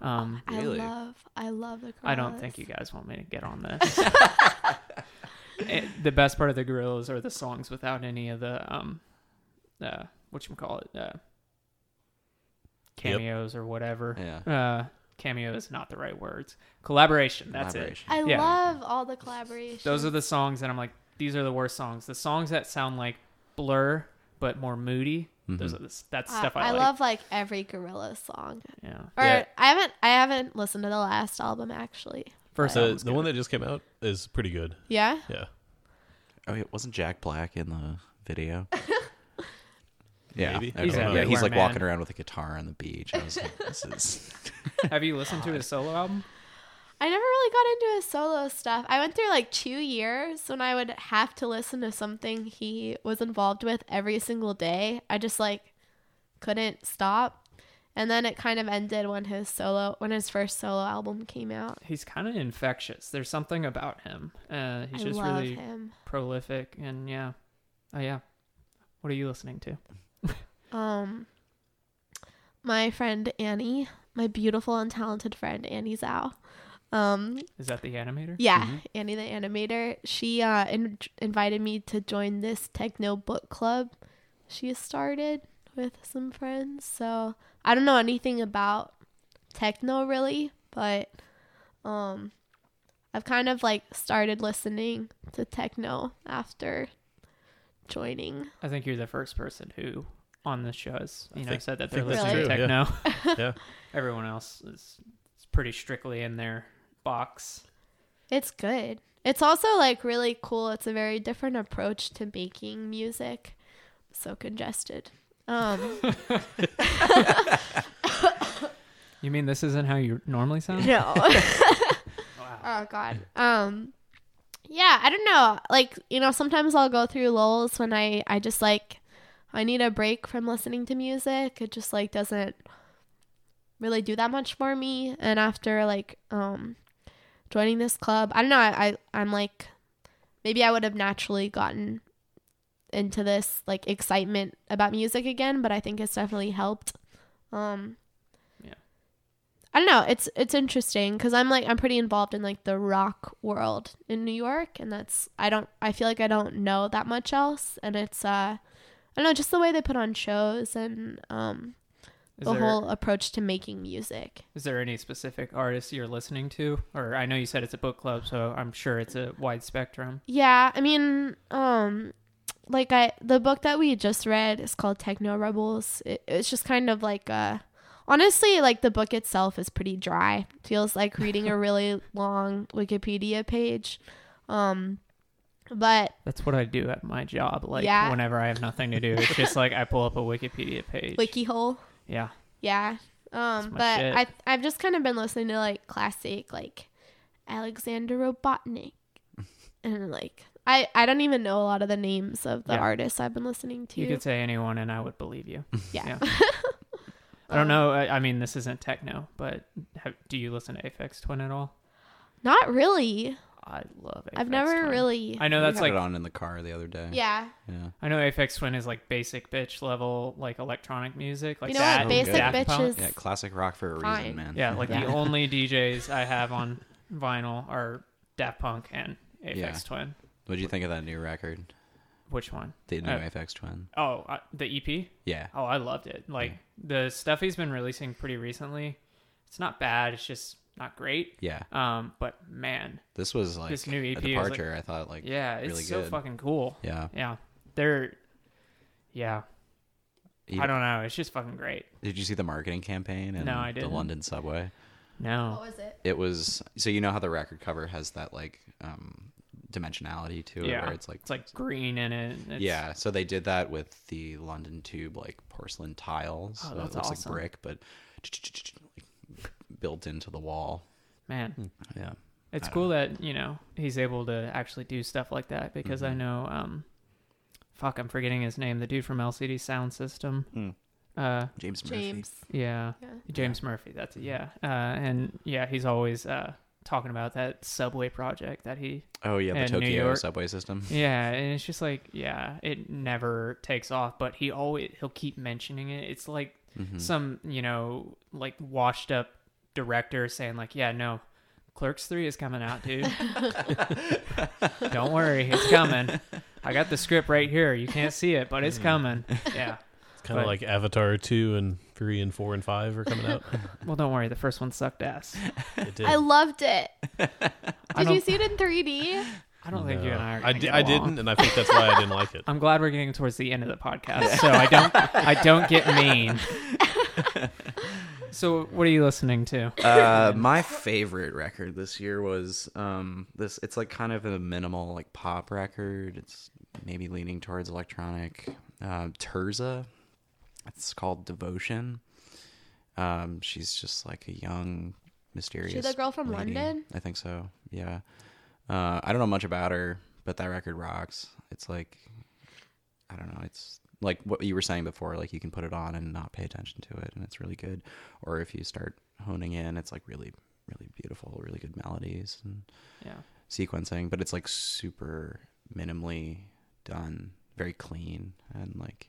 [SPEAKER 1] Um,
[SPEAKER 4] Really?
[SPEAKER 3] love, I love Oh, the. Gorillas.
[SPEAKER 1] I don't think you guys want me to get on this. Eh, the best part of the Gorillas are the songs without any of the um, uh, what you call it, uh, cameos or whatever.
[SPEAKER 4] Yeah.
[SPEAKER 1] Uh, cameo is not the right words. Collaboration. That's
[SPEAKER 4] Collaboration.
[SPEAKER 3] I
[SPEAKER 1] Yeah.
[SPEAKER 3] love all the collaborations.
[SPEAKER 1] it. Those are the songs that I'm like. These are the worst songs. The songs that sound like Blur but more moody.
[SPEAKER 2] Mm-hmm.
[SPEAKER 1] Those are the, s- that's
[SPEAKER 3] I-
[SPEAKER 1] stuff I,
[SPEAKER 3] I
[SPEAKER 1] like.
[SPEAKER 3] love like every gorilla song.
[SPEAKER 1] Yeah.
[SPEAKER 3] Or
[SPEAKER 2] Yeah.
[SPEAKER 3] I haven't I haven't listened to the last album actually.
[SPEAKER 1] First
[SPEAKER 2] the,
[SPEAKER 1] album's
[SPEAKER 2] the
[SPEAKER 1] good.
[SPEAKER 2] one that just came out is pretty good.
[SPEAKER 3] Yeah.
[SPEAKER 2] Yeah.
[SPEAKER 4] Oh, yeah, wasn't Jack Black in the video? yeah,
[SPEAKER 2] Maybe.
[SPEAKER 4] okay.
[SPEAKER 1] He's a
[SPEAKER 4] yeah, he's
[SPEAKER 1] Hitler
[SPEAKER 4] like
[SPEAKER 1] man.
[SPEAKER 4] walking around with a guitar on the beach. I was like, this is
[SPEAKER 1] Have you listened to his solo album?
[SPEAKER 3] I never really got into his solo stuff. I went through like two years when I would have to listen to something he was involved with every single day. I just like couldn't stop. And then it kind of ended when his solo when his first solo album came out.
[SPEAKER 1] He's kind of infectious. There's something about him. Uh, he's
[SPEAKER 3] I
[SPEAKER 1] just
[SPEAKER 3] love
[SPEAKER 1] really
[SPEAKER 3] him.
[SPEAKER 1] prolific and yeah. Oh yeah. What are you listening to?
[SPEAKER 3] Um my friend Annie, my beautiful and talented friend Annie Zhao. Um
[SPEAKER 1] Is that the animator?
[SPEAKER 3] Yeah, Annie the animator. She uh, in- invited me to join this techno book club she started with some friends. So I don't know anything about techno really, but um, I've kind of like started listening to techno after joining.
[SPEAKER 1] I think you're the first person who on the show has you know
[SPEAKER 2] think-
[SPEAKER 1] said that
[SPEAKER 2] I
[SPEAKER 1] they're
[SPEAKER 2] think
[SPEAKER 3] that's
[SPEAKER 1] listening to
[SPEAKER 2] true,
[SPEAKER 1] techno.
[SPEAKER 2] Yeah.
[SPEAKER 1] Everyone else is, is pretty strictly in their box.
[SPEAKER 3] It's good. It's also like really cool. It's a very different approach to making music. So congested. Um,
[SPEAKER 1] You mean this isn't how you normally sound?
[SPEAKER 3] no.
[SPEAKER 1] Wow.
[SPEAKER 3] Oh god. Um yeah, I don't know. Like, you know, sometimes I'll go through lulls when I I just like I need a break from listening to music. It just like doesn't really do that much for me and after like um joining this club, I don't know. I, I I'm like maybe I would have naturally gotten into this like excitement about music again, but I think it's definitely helped. Um
[SPEAKER 1] Yeah.
[SPEAKER 3] I don't know. It's it's interesting cuz I'm like I'm pretty involved in like the rock world in New York and that's I don't I feel like I don't know that much else and it's uh I don't know, just the way they put on shows and um
[SPEAKER 1] Is
[SPEAKER 3] the
[SPEAKER 1] there
[SPEAKER 3] whole approach to making music.
[SPEAKER 1] is there any specific artist you're listening to? Or I know you said it's a book club, so I'm sure it's a wide spectrum.
[SPEAKER 3] Yeah, I mean, um, like I the book that we just read is called Techno Rebels. It, it's just kind of like a honestly like the book itself is pretty dry. Feels like reading a really long Wikipedia page. Um, but
[SPEAKER 1] That's what I do at my job. Like
[SPEAKER 3] Yeah.
[SPEAKER 1] whenever I have nothing to do, it's just like I pull up a Wikipedia page.
[SPEAKER 3] wiki hole,
[SPEAKER 1] yeah,
[SPEAKER 3] yeah. Um,
[SPEAKER 1] my
[SPEAKER 3] but
[SPEAKER 1] shit.
[SPEAKER 3] I I've just kind of been listening to like classic like Alexander Robotnik and like. I, I don't even know a lot of the names of the
[SPEAKER 1] Yeah.
[SPEAKER 3] artists I've been listening to.
[SPEAKER 1] you could say anyone, and I would believe you.
[SPEAKER 3] yeah.
[SPEAKER 1] I don't know. I, I mean, this isn't techno, but have, do you listen to Aphex Twin at all?
[SPEAKER 3] Not really.
[SPEAKER 1] I love. Aphex
[SPEAKER 3] I've never
[SPEAKER 1] Twin.
[SPEAKER 3] really.
[SPEAKER 1] I know
[SPEAKER 4] We
[SPEAKER 1] that's
[SPEAKER 4] had
[SPEAKER 1] like
[SPEAKER 4] it on in the car the other day.
[SPEAKER 3] yeah.
[SPEAKER 4] Yeah.
[SPEAKER 1] I know Aphex Twin is like basic bitch level like electronic music like
[SPEAKER 3] you know
[SPEAKER 1] that.
[SPEAKER 3] what?
[SPEAKER 4] Oh,
[SPEAKER 3] Basic
[SPEAKER 4] Daft
[SPEAKER 1] Punk?
[SPEAKER 3] bitches.
[SPEAKER 4] Yeah, classic rock for a
[SPEAKER 3] Fine.
[SPEAKER 4] reason, man.
[SPEAKER 1] Yeah, like the
[SPEAKER 3] Yeah.
[SPEAKER 1] only DJs I have on vinyl are Daft Punk and Aphex
[SPEAKER 4] Yeah.
[SPEAKER 1] Twin.
[SPEAKER 4] What do you think of that new record?
[SPEAKER 1] Which one?
[SPEAKER 4] The new
[SPEAKER 1] Uh,
[SPEAKER 4] FX Twin.
[SPEAKER 1] Oh, uh, the EP.
[SPEAKER 4] Yeah.
[SPEAKER 1] Oh, I loved it. Like the stuff he's been releasing pretty recently, it's not bad. It's just not great.
[SPEAKER 4] Yeah.
[SPEAKER 1] Um, but man,
[SPEAKER 4] This was like
[SPEAKER 1] This new
[SPEAKER 4] a
[SPEAKER 1] EP was, like-
[SPEAKER 4] departure. I thought like
[SPEAKER 1] yeah, it's
[SPEAKER 4] really
[SPEAKER 1] so
[SPEAKER 4] good.
[SPEAKER 1] fucking cool.
[SPEAKER 4] yeah.
[SPEAKER 1] Yeah, they're yeah.
[SPEAKER 4] You-
[SPEAKER 1] I don't know. It's just fucking great.
[SPEAKER 4] E, Did you see the marketing campaign in
[SPEAKER 1] No, I
[SPEAKER 4] the
[SPEAKER 1] didn't.
[SPEAKER 4] London subway?
[SPEAKER 1] No,
[SPEAKER 3] was it?
[SPEAKER 4] It was so you know how the record cover has that like um dimensionality to it
[SPEAKER 1] yeah,
[SPEAKER 4] where it's like
[SPEAKER 1] it's like green in it. and It's,
[SPEAKER 4] yeah, so they did that with the London tube like porcelain tiles.
[SPEAKER 1] Oh,
[SPEAKER 4] so
[SPEAKER 1] that's
[SPEAKER 4] it looks
[SPEAKER 1] awesome.
[SPEAKER 4] like brick but like, built into the wall.
[SPEAKER 1] man,
[SPEAKER 4] Yeah.
[SPEAKER 1] It's
[SPEAKER 4] I don't
[SPEAKER 1] cool that you know he's able to actually do stuff like that because
[SPEAKER 4] Mm-hmm.
[SPEAKER 1] I know, um, fuck, I'm forgetting his name. The dude from LCD Sound System. Uh,
[SPEAKER 4] James Murphy.
[SPEAKER 3] James.
[SPEAKER 1] yeah,
[SPEAKER 3] Yeah.
[SPEAKER 1] James Murphy. That's it. Yeah, uh, and yeah, he's always uh talking about that subway project that he.
[SPEAKER 4] Oh yeah, the
[SPEAKER 1] And New
[SPEAKER 4] Tokyo
[SPEAKER 1] York.
[SPEAKER 4] subway system.
[SPEAKER 1] Yeah, and it's just like yeah, it never takes off, but he always he'll keep mentioning it. It's like
[SPEAKER 2] Mm-hmm.
[SPEAKER 1] some you know like washed up director saying like yeah no. Clerks 3 is coming out, dude. Don't worry, it's coming. I got the script right here. You can't see it, but it's
[SPEAKER 2] Mm.
[SPEAKER 1] coming. Yeah.
[SPEAKER 2] It's kind of
[SPEAKER 1] But-
[SPEAKER 2] like Avatar 2 and 3 and 4 and 5 are coming out.
[SPEAKER 1] Well, don't worry. The first one sucked ass.
[SPEAKER 2] It did.
[SPEAKER 3] I loved it. Did you
[SPEAKER 1] don't-
[SPEAKER 3] see it in 3D?
[SPEAKER 1] I don't think you and I are.
[SPEAKER 2] I,
[SPEAKER 1] gonna
[SPEAKER 2] di-
[SPEAKER 1] get
[SPEAKER 2] I
[SPEAKER 1] along.
[SPEAKER 2] didn't, and I think that's why I didn't like it.
[SPEAKER 1] I'm glad we're getting towards the end of the podcast, so I don't. I don't get mean. so, what are you listening to?
[SPEAKER 4] uh, my favorite record this year was um, this. It's like kind of a minimal like pop record. It's maybe leaning towards electronic. Um, Terza. It's called Devotion. Um, she's just like a young, mysterious.
[SPEAKER 3] the girl from
[SPEAKER 4] lady.
[SPEAKER 3] London?
[SPEAKER 4] I think so. Yeah. Uh, I don't know much about her, but that record rocks. It's like, I don't know. It's like what you were saying before. Like you can put it on and not pay attention to it, and it's really good. Or if you start honing in, it's like really, really beautiful, really good melodies and
[SPEAKER 1] Yeah.
[SPEAKER 4] sequencing. But it's like super minimally done, very clean, and like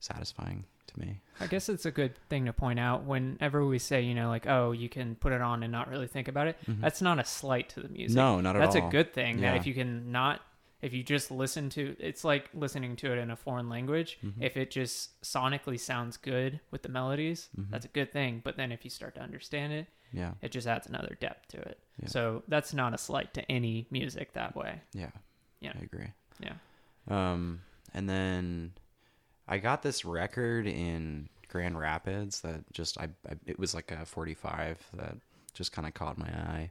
[SPEAKER 4] satisfying to me.
[SPEAKER 1] I guess it's a good thing to point out whenever we say, you know, like, oh, you can put it on and not really think about it. That's not a slight to the music.
[SPEAKER 4] Mm-hmm. No, not at
[SPEAKER 1] That's
[SPEAKER 4] all.
[SPEAKER 1] a good thing
[SPEAKER 4] Yeah.
[SPEAKER 1] that if you can not, if you just listen to it's like listening to it in a foreign language
[SPEAKER 4] Mm-hmm.
[SPEAKER 1] if it just sonically sounds good with the melodies
[SPEAKER 4] Mm-hmm.
[SPEAKER 1] that's a good thing but then if you start to understand it
[SPEAKER 4] Yeah.
[SPEAKER 1] it just adds another depth to it
[SPEAKER 4] Yeah.
[SPEAKER 1] so that's not a slight to any music that way
[SPEAKER 4] Yeah.
[SPEAKER 1] Yeah.
[SPEAKER 4] I agree.
[SPEAKER 1] yeah
[SPEAKER 4] Um, and then I got this record in Grand Rapids that just I, I it was like a 45 that just kind of caught my eye,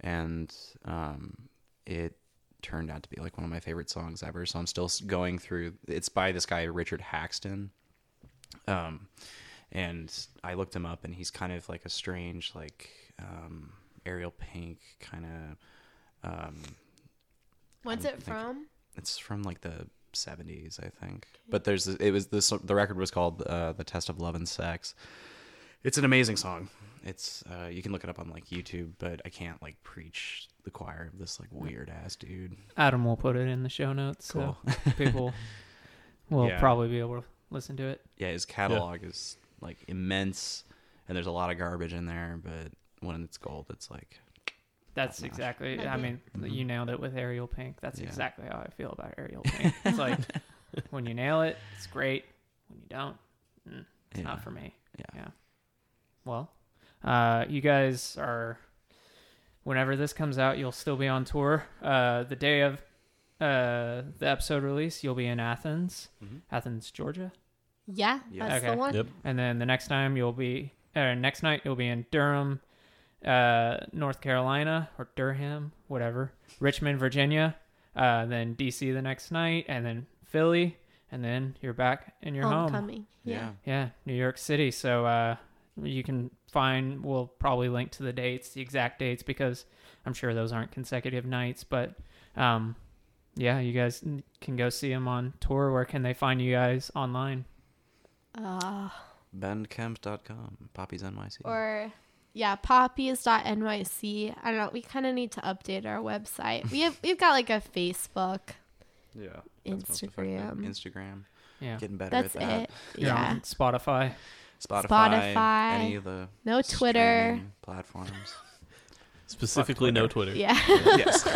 [SPEAKER 4] and um, it turned out to be like one of my favorite songs ever. So I'm still s- going through. It's by this guy Richard Haxton. Um, and I looked him up, and he's kind of like a strange, like um, Ariel Pink kind of um,
[SPEAKER 3] What's
[SPEAKER 4] I'm
[SPEAKER 3] it
[SPEAKER 4] thinking-
[SPEAKER 3] from?
[SPEAKER 4] it's from like the 70s i think but there's this- it was this the record was called uh, the test of love and sex it's an amazing song it's uh, you can look it up on like youtube but i can't like preach the choir of this like weird ass dude
[SPEAKER 1] adam will put it in the show notes so people will
[SPEAKER 4] Yeah.
[SPEAKER 1] probably be able to listen to it
[SPEAKER 4] yeah his catalog is like immense and there's a lot of garbage in there but when it's gold it's like
[SPEAKER 1] That's
[SPEAKER 4] top-notch.
[SPEAKER 1] exactly.
[SPEAKER 3] Like
[SPEAKER 1] I
[SPEAKER 3] it.
[SPEAKER 1] mean, you nailed it with Ariel Pink. That's
[SPEAKER 4] Mm-hmm. Yeah.
[SPEAKER 1] exactly how I feel about Ariel Pink. It's like when you nail it, it's great. When you don't, mm, it's
[SPEAKER 4] Yeah.
[SPEAKER 1] not for me.
[SPEAKER 4] Yeah.
[SPEAKER 1] Well, uh, you guys are. Whenever this comes out, you'll still be on tour. Uh, the day of uh, the episode release, you'll be in Athens,
[SPEAKER 4] Mhm.
[SPEAKER 1] Athens, Georgia,
[SPEAKER 3] Yeah,
[SPEAKER 4] Yeah.
[SPEAKER 3] that's
[SPEAKER 1] Okay.
[SPEAKER 3] the one.
[SPEAKER 2] Yep.
[SPEAKER 1] and then the next time you'll be, or next night you'll be in Durham, uh, North Carolina or Durham, whatever, Richmond, Virginia, uh, then DC the next night, and then Philly, and then you're back in your home.
[SPEAKER 3] Homecoming.
[SPEAKER 4] yeah,
[SPEAKER 1] Yeah, New York City. So uh, you can find, we'll probably link to the dates, the exact dates, because I'm sure those aren't consecutive nights. But um, yeah, you guys n- can go see them on tour. Where can they find you guys online?
[SPEAKER 3] Uh,
[SPEAKER 4] bandcamp.com poppies nyc
[SPEAKER 3] or yeah, poppies.nyc. I don't know. We kind of need to update our website. We have we've got like a Facebook,
[SPEAKER 4] yeah that's most effective.
[SPEAKER 3] Instagram.
[SPEAKER 4] instagram
[SPEAKER 1] Yeah.
[SPEAKER 4] getting better
[SPEAKER 3] that's
[SPEAKER 4] at that
[SPEAKER 3] it.
[SPEAKER 1] You're
[SPEAKER 3] Yeah.
[SPEAKER 1] on Spotify.
[SPEAKER 4] spotify,
[SPEAKER 3] Spotify.
[SPEAKER 4] any of the
[SPEAKER 3] No Twitter.
[SPEAKER 4] streaming platforms
[SPEAKER 2] Specifically, no Twitter.
[SPEAKER 3] Yeah.
[SPEAKER 4] yes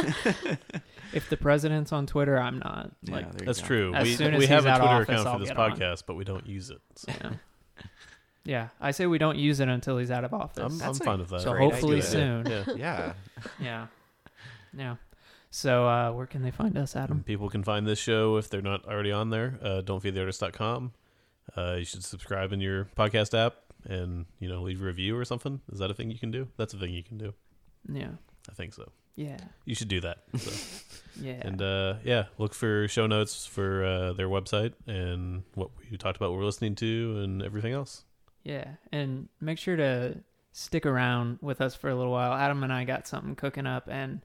[SPEAKER 1] If the president's on Twitter, I'm not.
[SPEAKER 4] Yeah,
[SPEAKER 1] Like,
[SPEAKER 4] there you
[SPEAKER 2] That's
[SPEAKER 4] go.
[SPEAKER 2] true.
[SPEAKER 1] As
[SPEAKER 2] we
[SPEAKER 1] soon as
[SPEAKER 2] we
[SPEAKER 1] he's
[SPEAKER 2] have a
[SPEAKER 1] out of
[SPEAKER 2] Twitter
[SPEAKER 1] office,
[SPEAKER 2] account
[SPEAKER 1] I'll
[SPEAKER 2] for this
[SPEAKER 1] get on.
[SPEAKER 2] podcast, but we don't use it. So
[SPEAKER 1] yeah. yeah, I say we don't use it until he's out of office.
[SPEAKER 2] I'm, I'm
[SPEAKER 4] That's a
[SPEAKER 2] fine with that.
[SPEAKER 1] so
[SPEAKER 4] great
[SPEAKER 1] hopefully
[SPEAKER 4] idea.
[SPEAKER 1] soon.
[SPEAKER 2] Yeah.
[SPEAKER 4] Yeah.
[SPEAKER 1] Yeah. Yeah. So uh, where can they find us, Adam?
[SPEAKER 2] People can find this show if they're not already on there. Uh, don'tfeedtheartist.com. Uh, you should subscribe in your podcast app and you know leave a review or something. Is that a thing you can do? That's a thing you can do.
[SPEAKER 1] Yeah.
[SPEAKER 2] I think so.
[SPEAKER 1] Yeah.
[SPEAKER 2] You should do that. So.
[SPEAKER 1] Yeah.
[SPEAKER 2] And uh, yeah, look for show notes for uh, their website and what we talked about, what we're listening to, and everything else.
[SPEAKER 1] yeah. And make sure to stick around with us for a little while. Adam and I got something cooking up and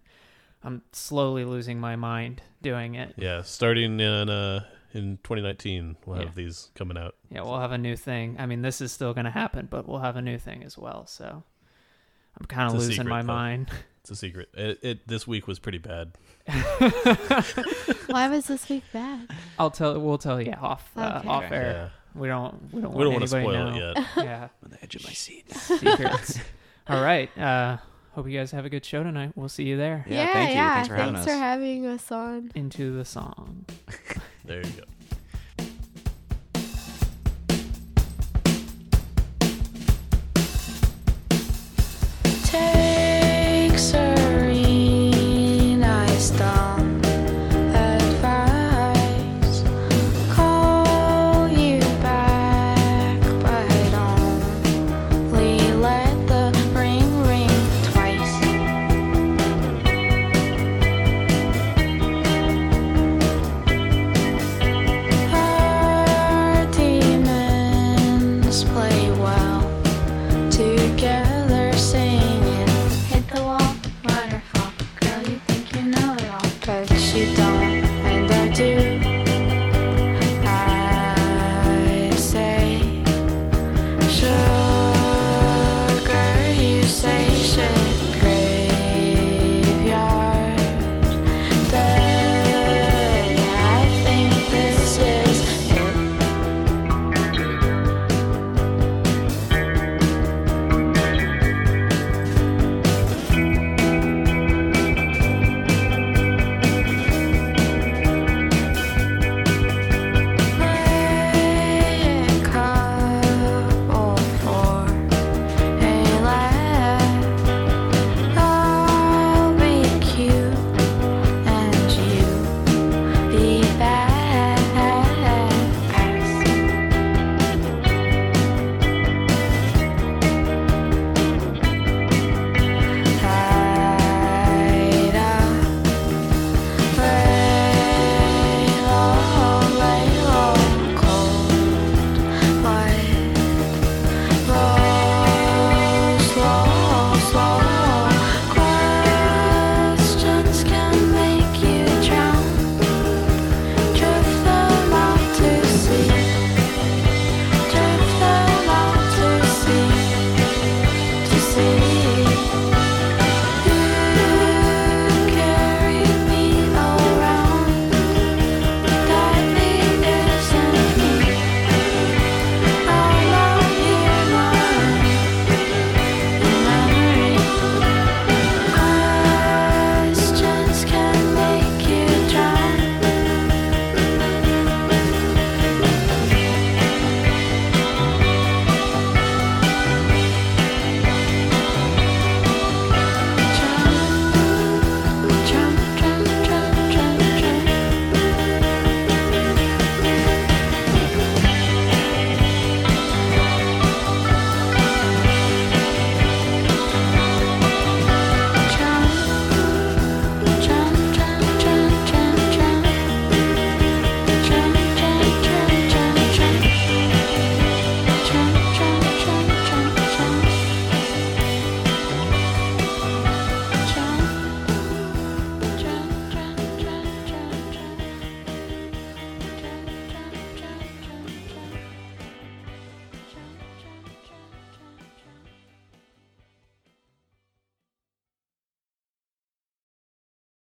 [SPEAKER 1] I'm slowly losing my mind doing it.
[SPEAKER 2] Yeah, starting in uh, in 2019, we'll
[SPEAKER 1] Yeah.
[SPEAKER 2] have these coming out.
[SPEAKER 1] Yeah, we'll have a new thing. I mean, this is still going to happen, but we'll have a new thing as well. So I'm kind
[SPEAKER 2] It's
[SPEAKER 1] of
[SPEAKER 2] a
[SPEAKER 1] losing
[SPEAKER 2] secret,
[SPEAKER 1] my
[SPEAKER 2] though.
[SPEAKER 1] mind.
[SPEAKER 2] It's a secret. It, it this week was pretty bad.
[SPEAKER 3] Why was this week bad?
[SPEAKER 1] I'll tell. We'll tell you off uh,
[SPEAKER 3] Okay.
[SPEAKER 1] off
[SPEAKER 4] Okay.
[SPEAKER 1] air. We don't. We don't.
[SPEAKER 2] we don't want
[SPEAKER 1] want
[SPEAKER 2] to
[SPEAKER 1] anybody
[SPEAKER 2] spoil
[SPEAKER 1] know.
[SPEAKER 2] it yet.
[SPEAKER 1] Yeah.
[SPEAKER 4] on the edge of my seat.
[SPEAKER 1] Secrets. All right. Uh, hope you guys have a good show tonight. We'll see you there.
[SPEAKER 4] Yeah, thank you. Thanks for having us.
[SPEAKER 3] having us on.
[SPEAKER 1] Into the song.
[SPEAKER 2] There you go.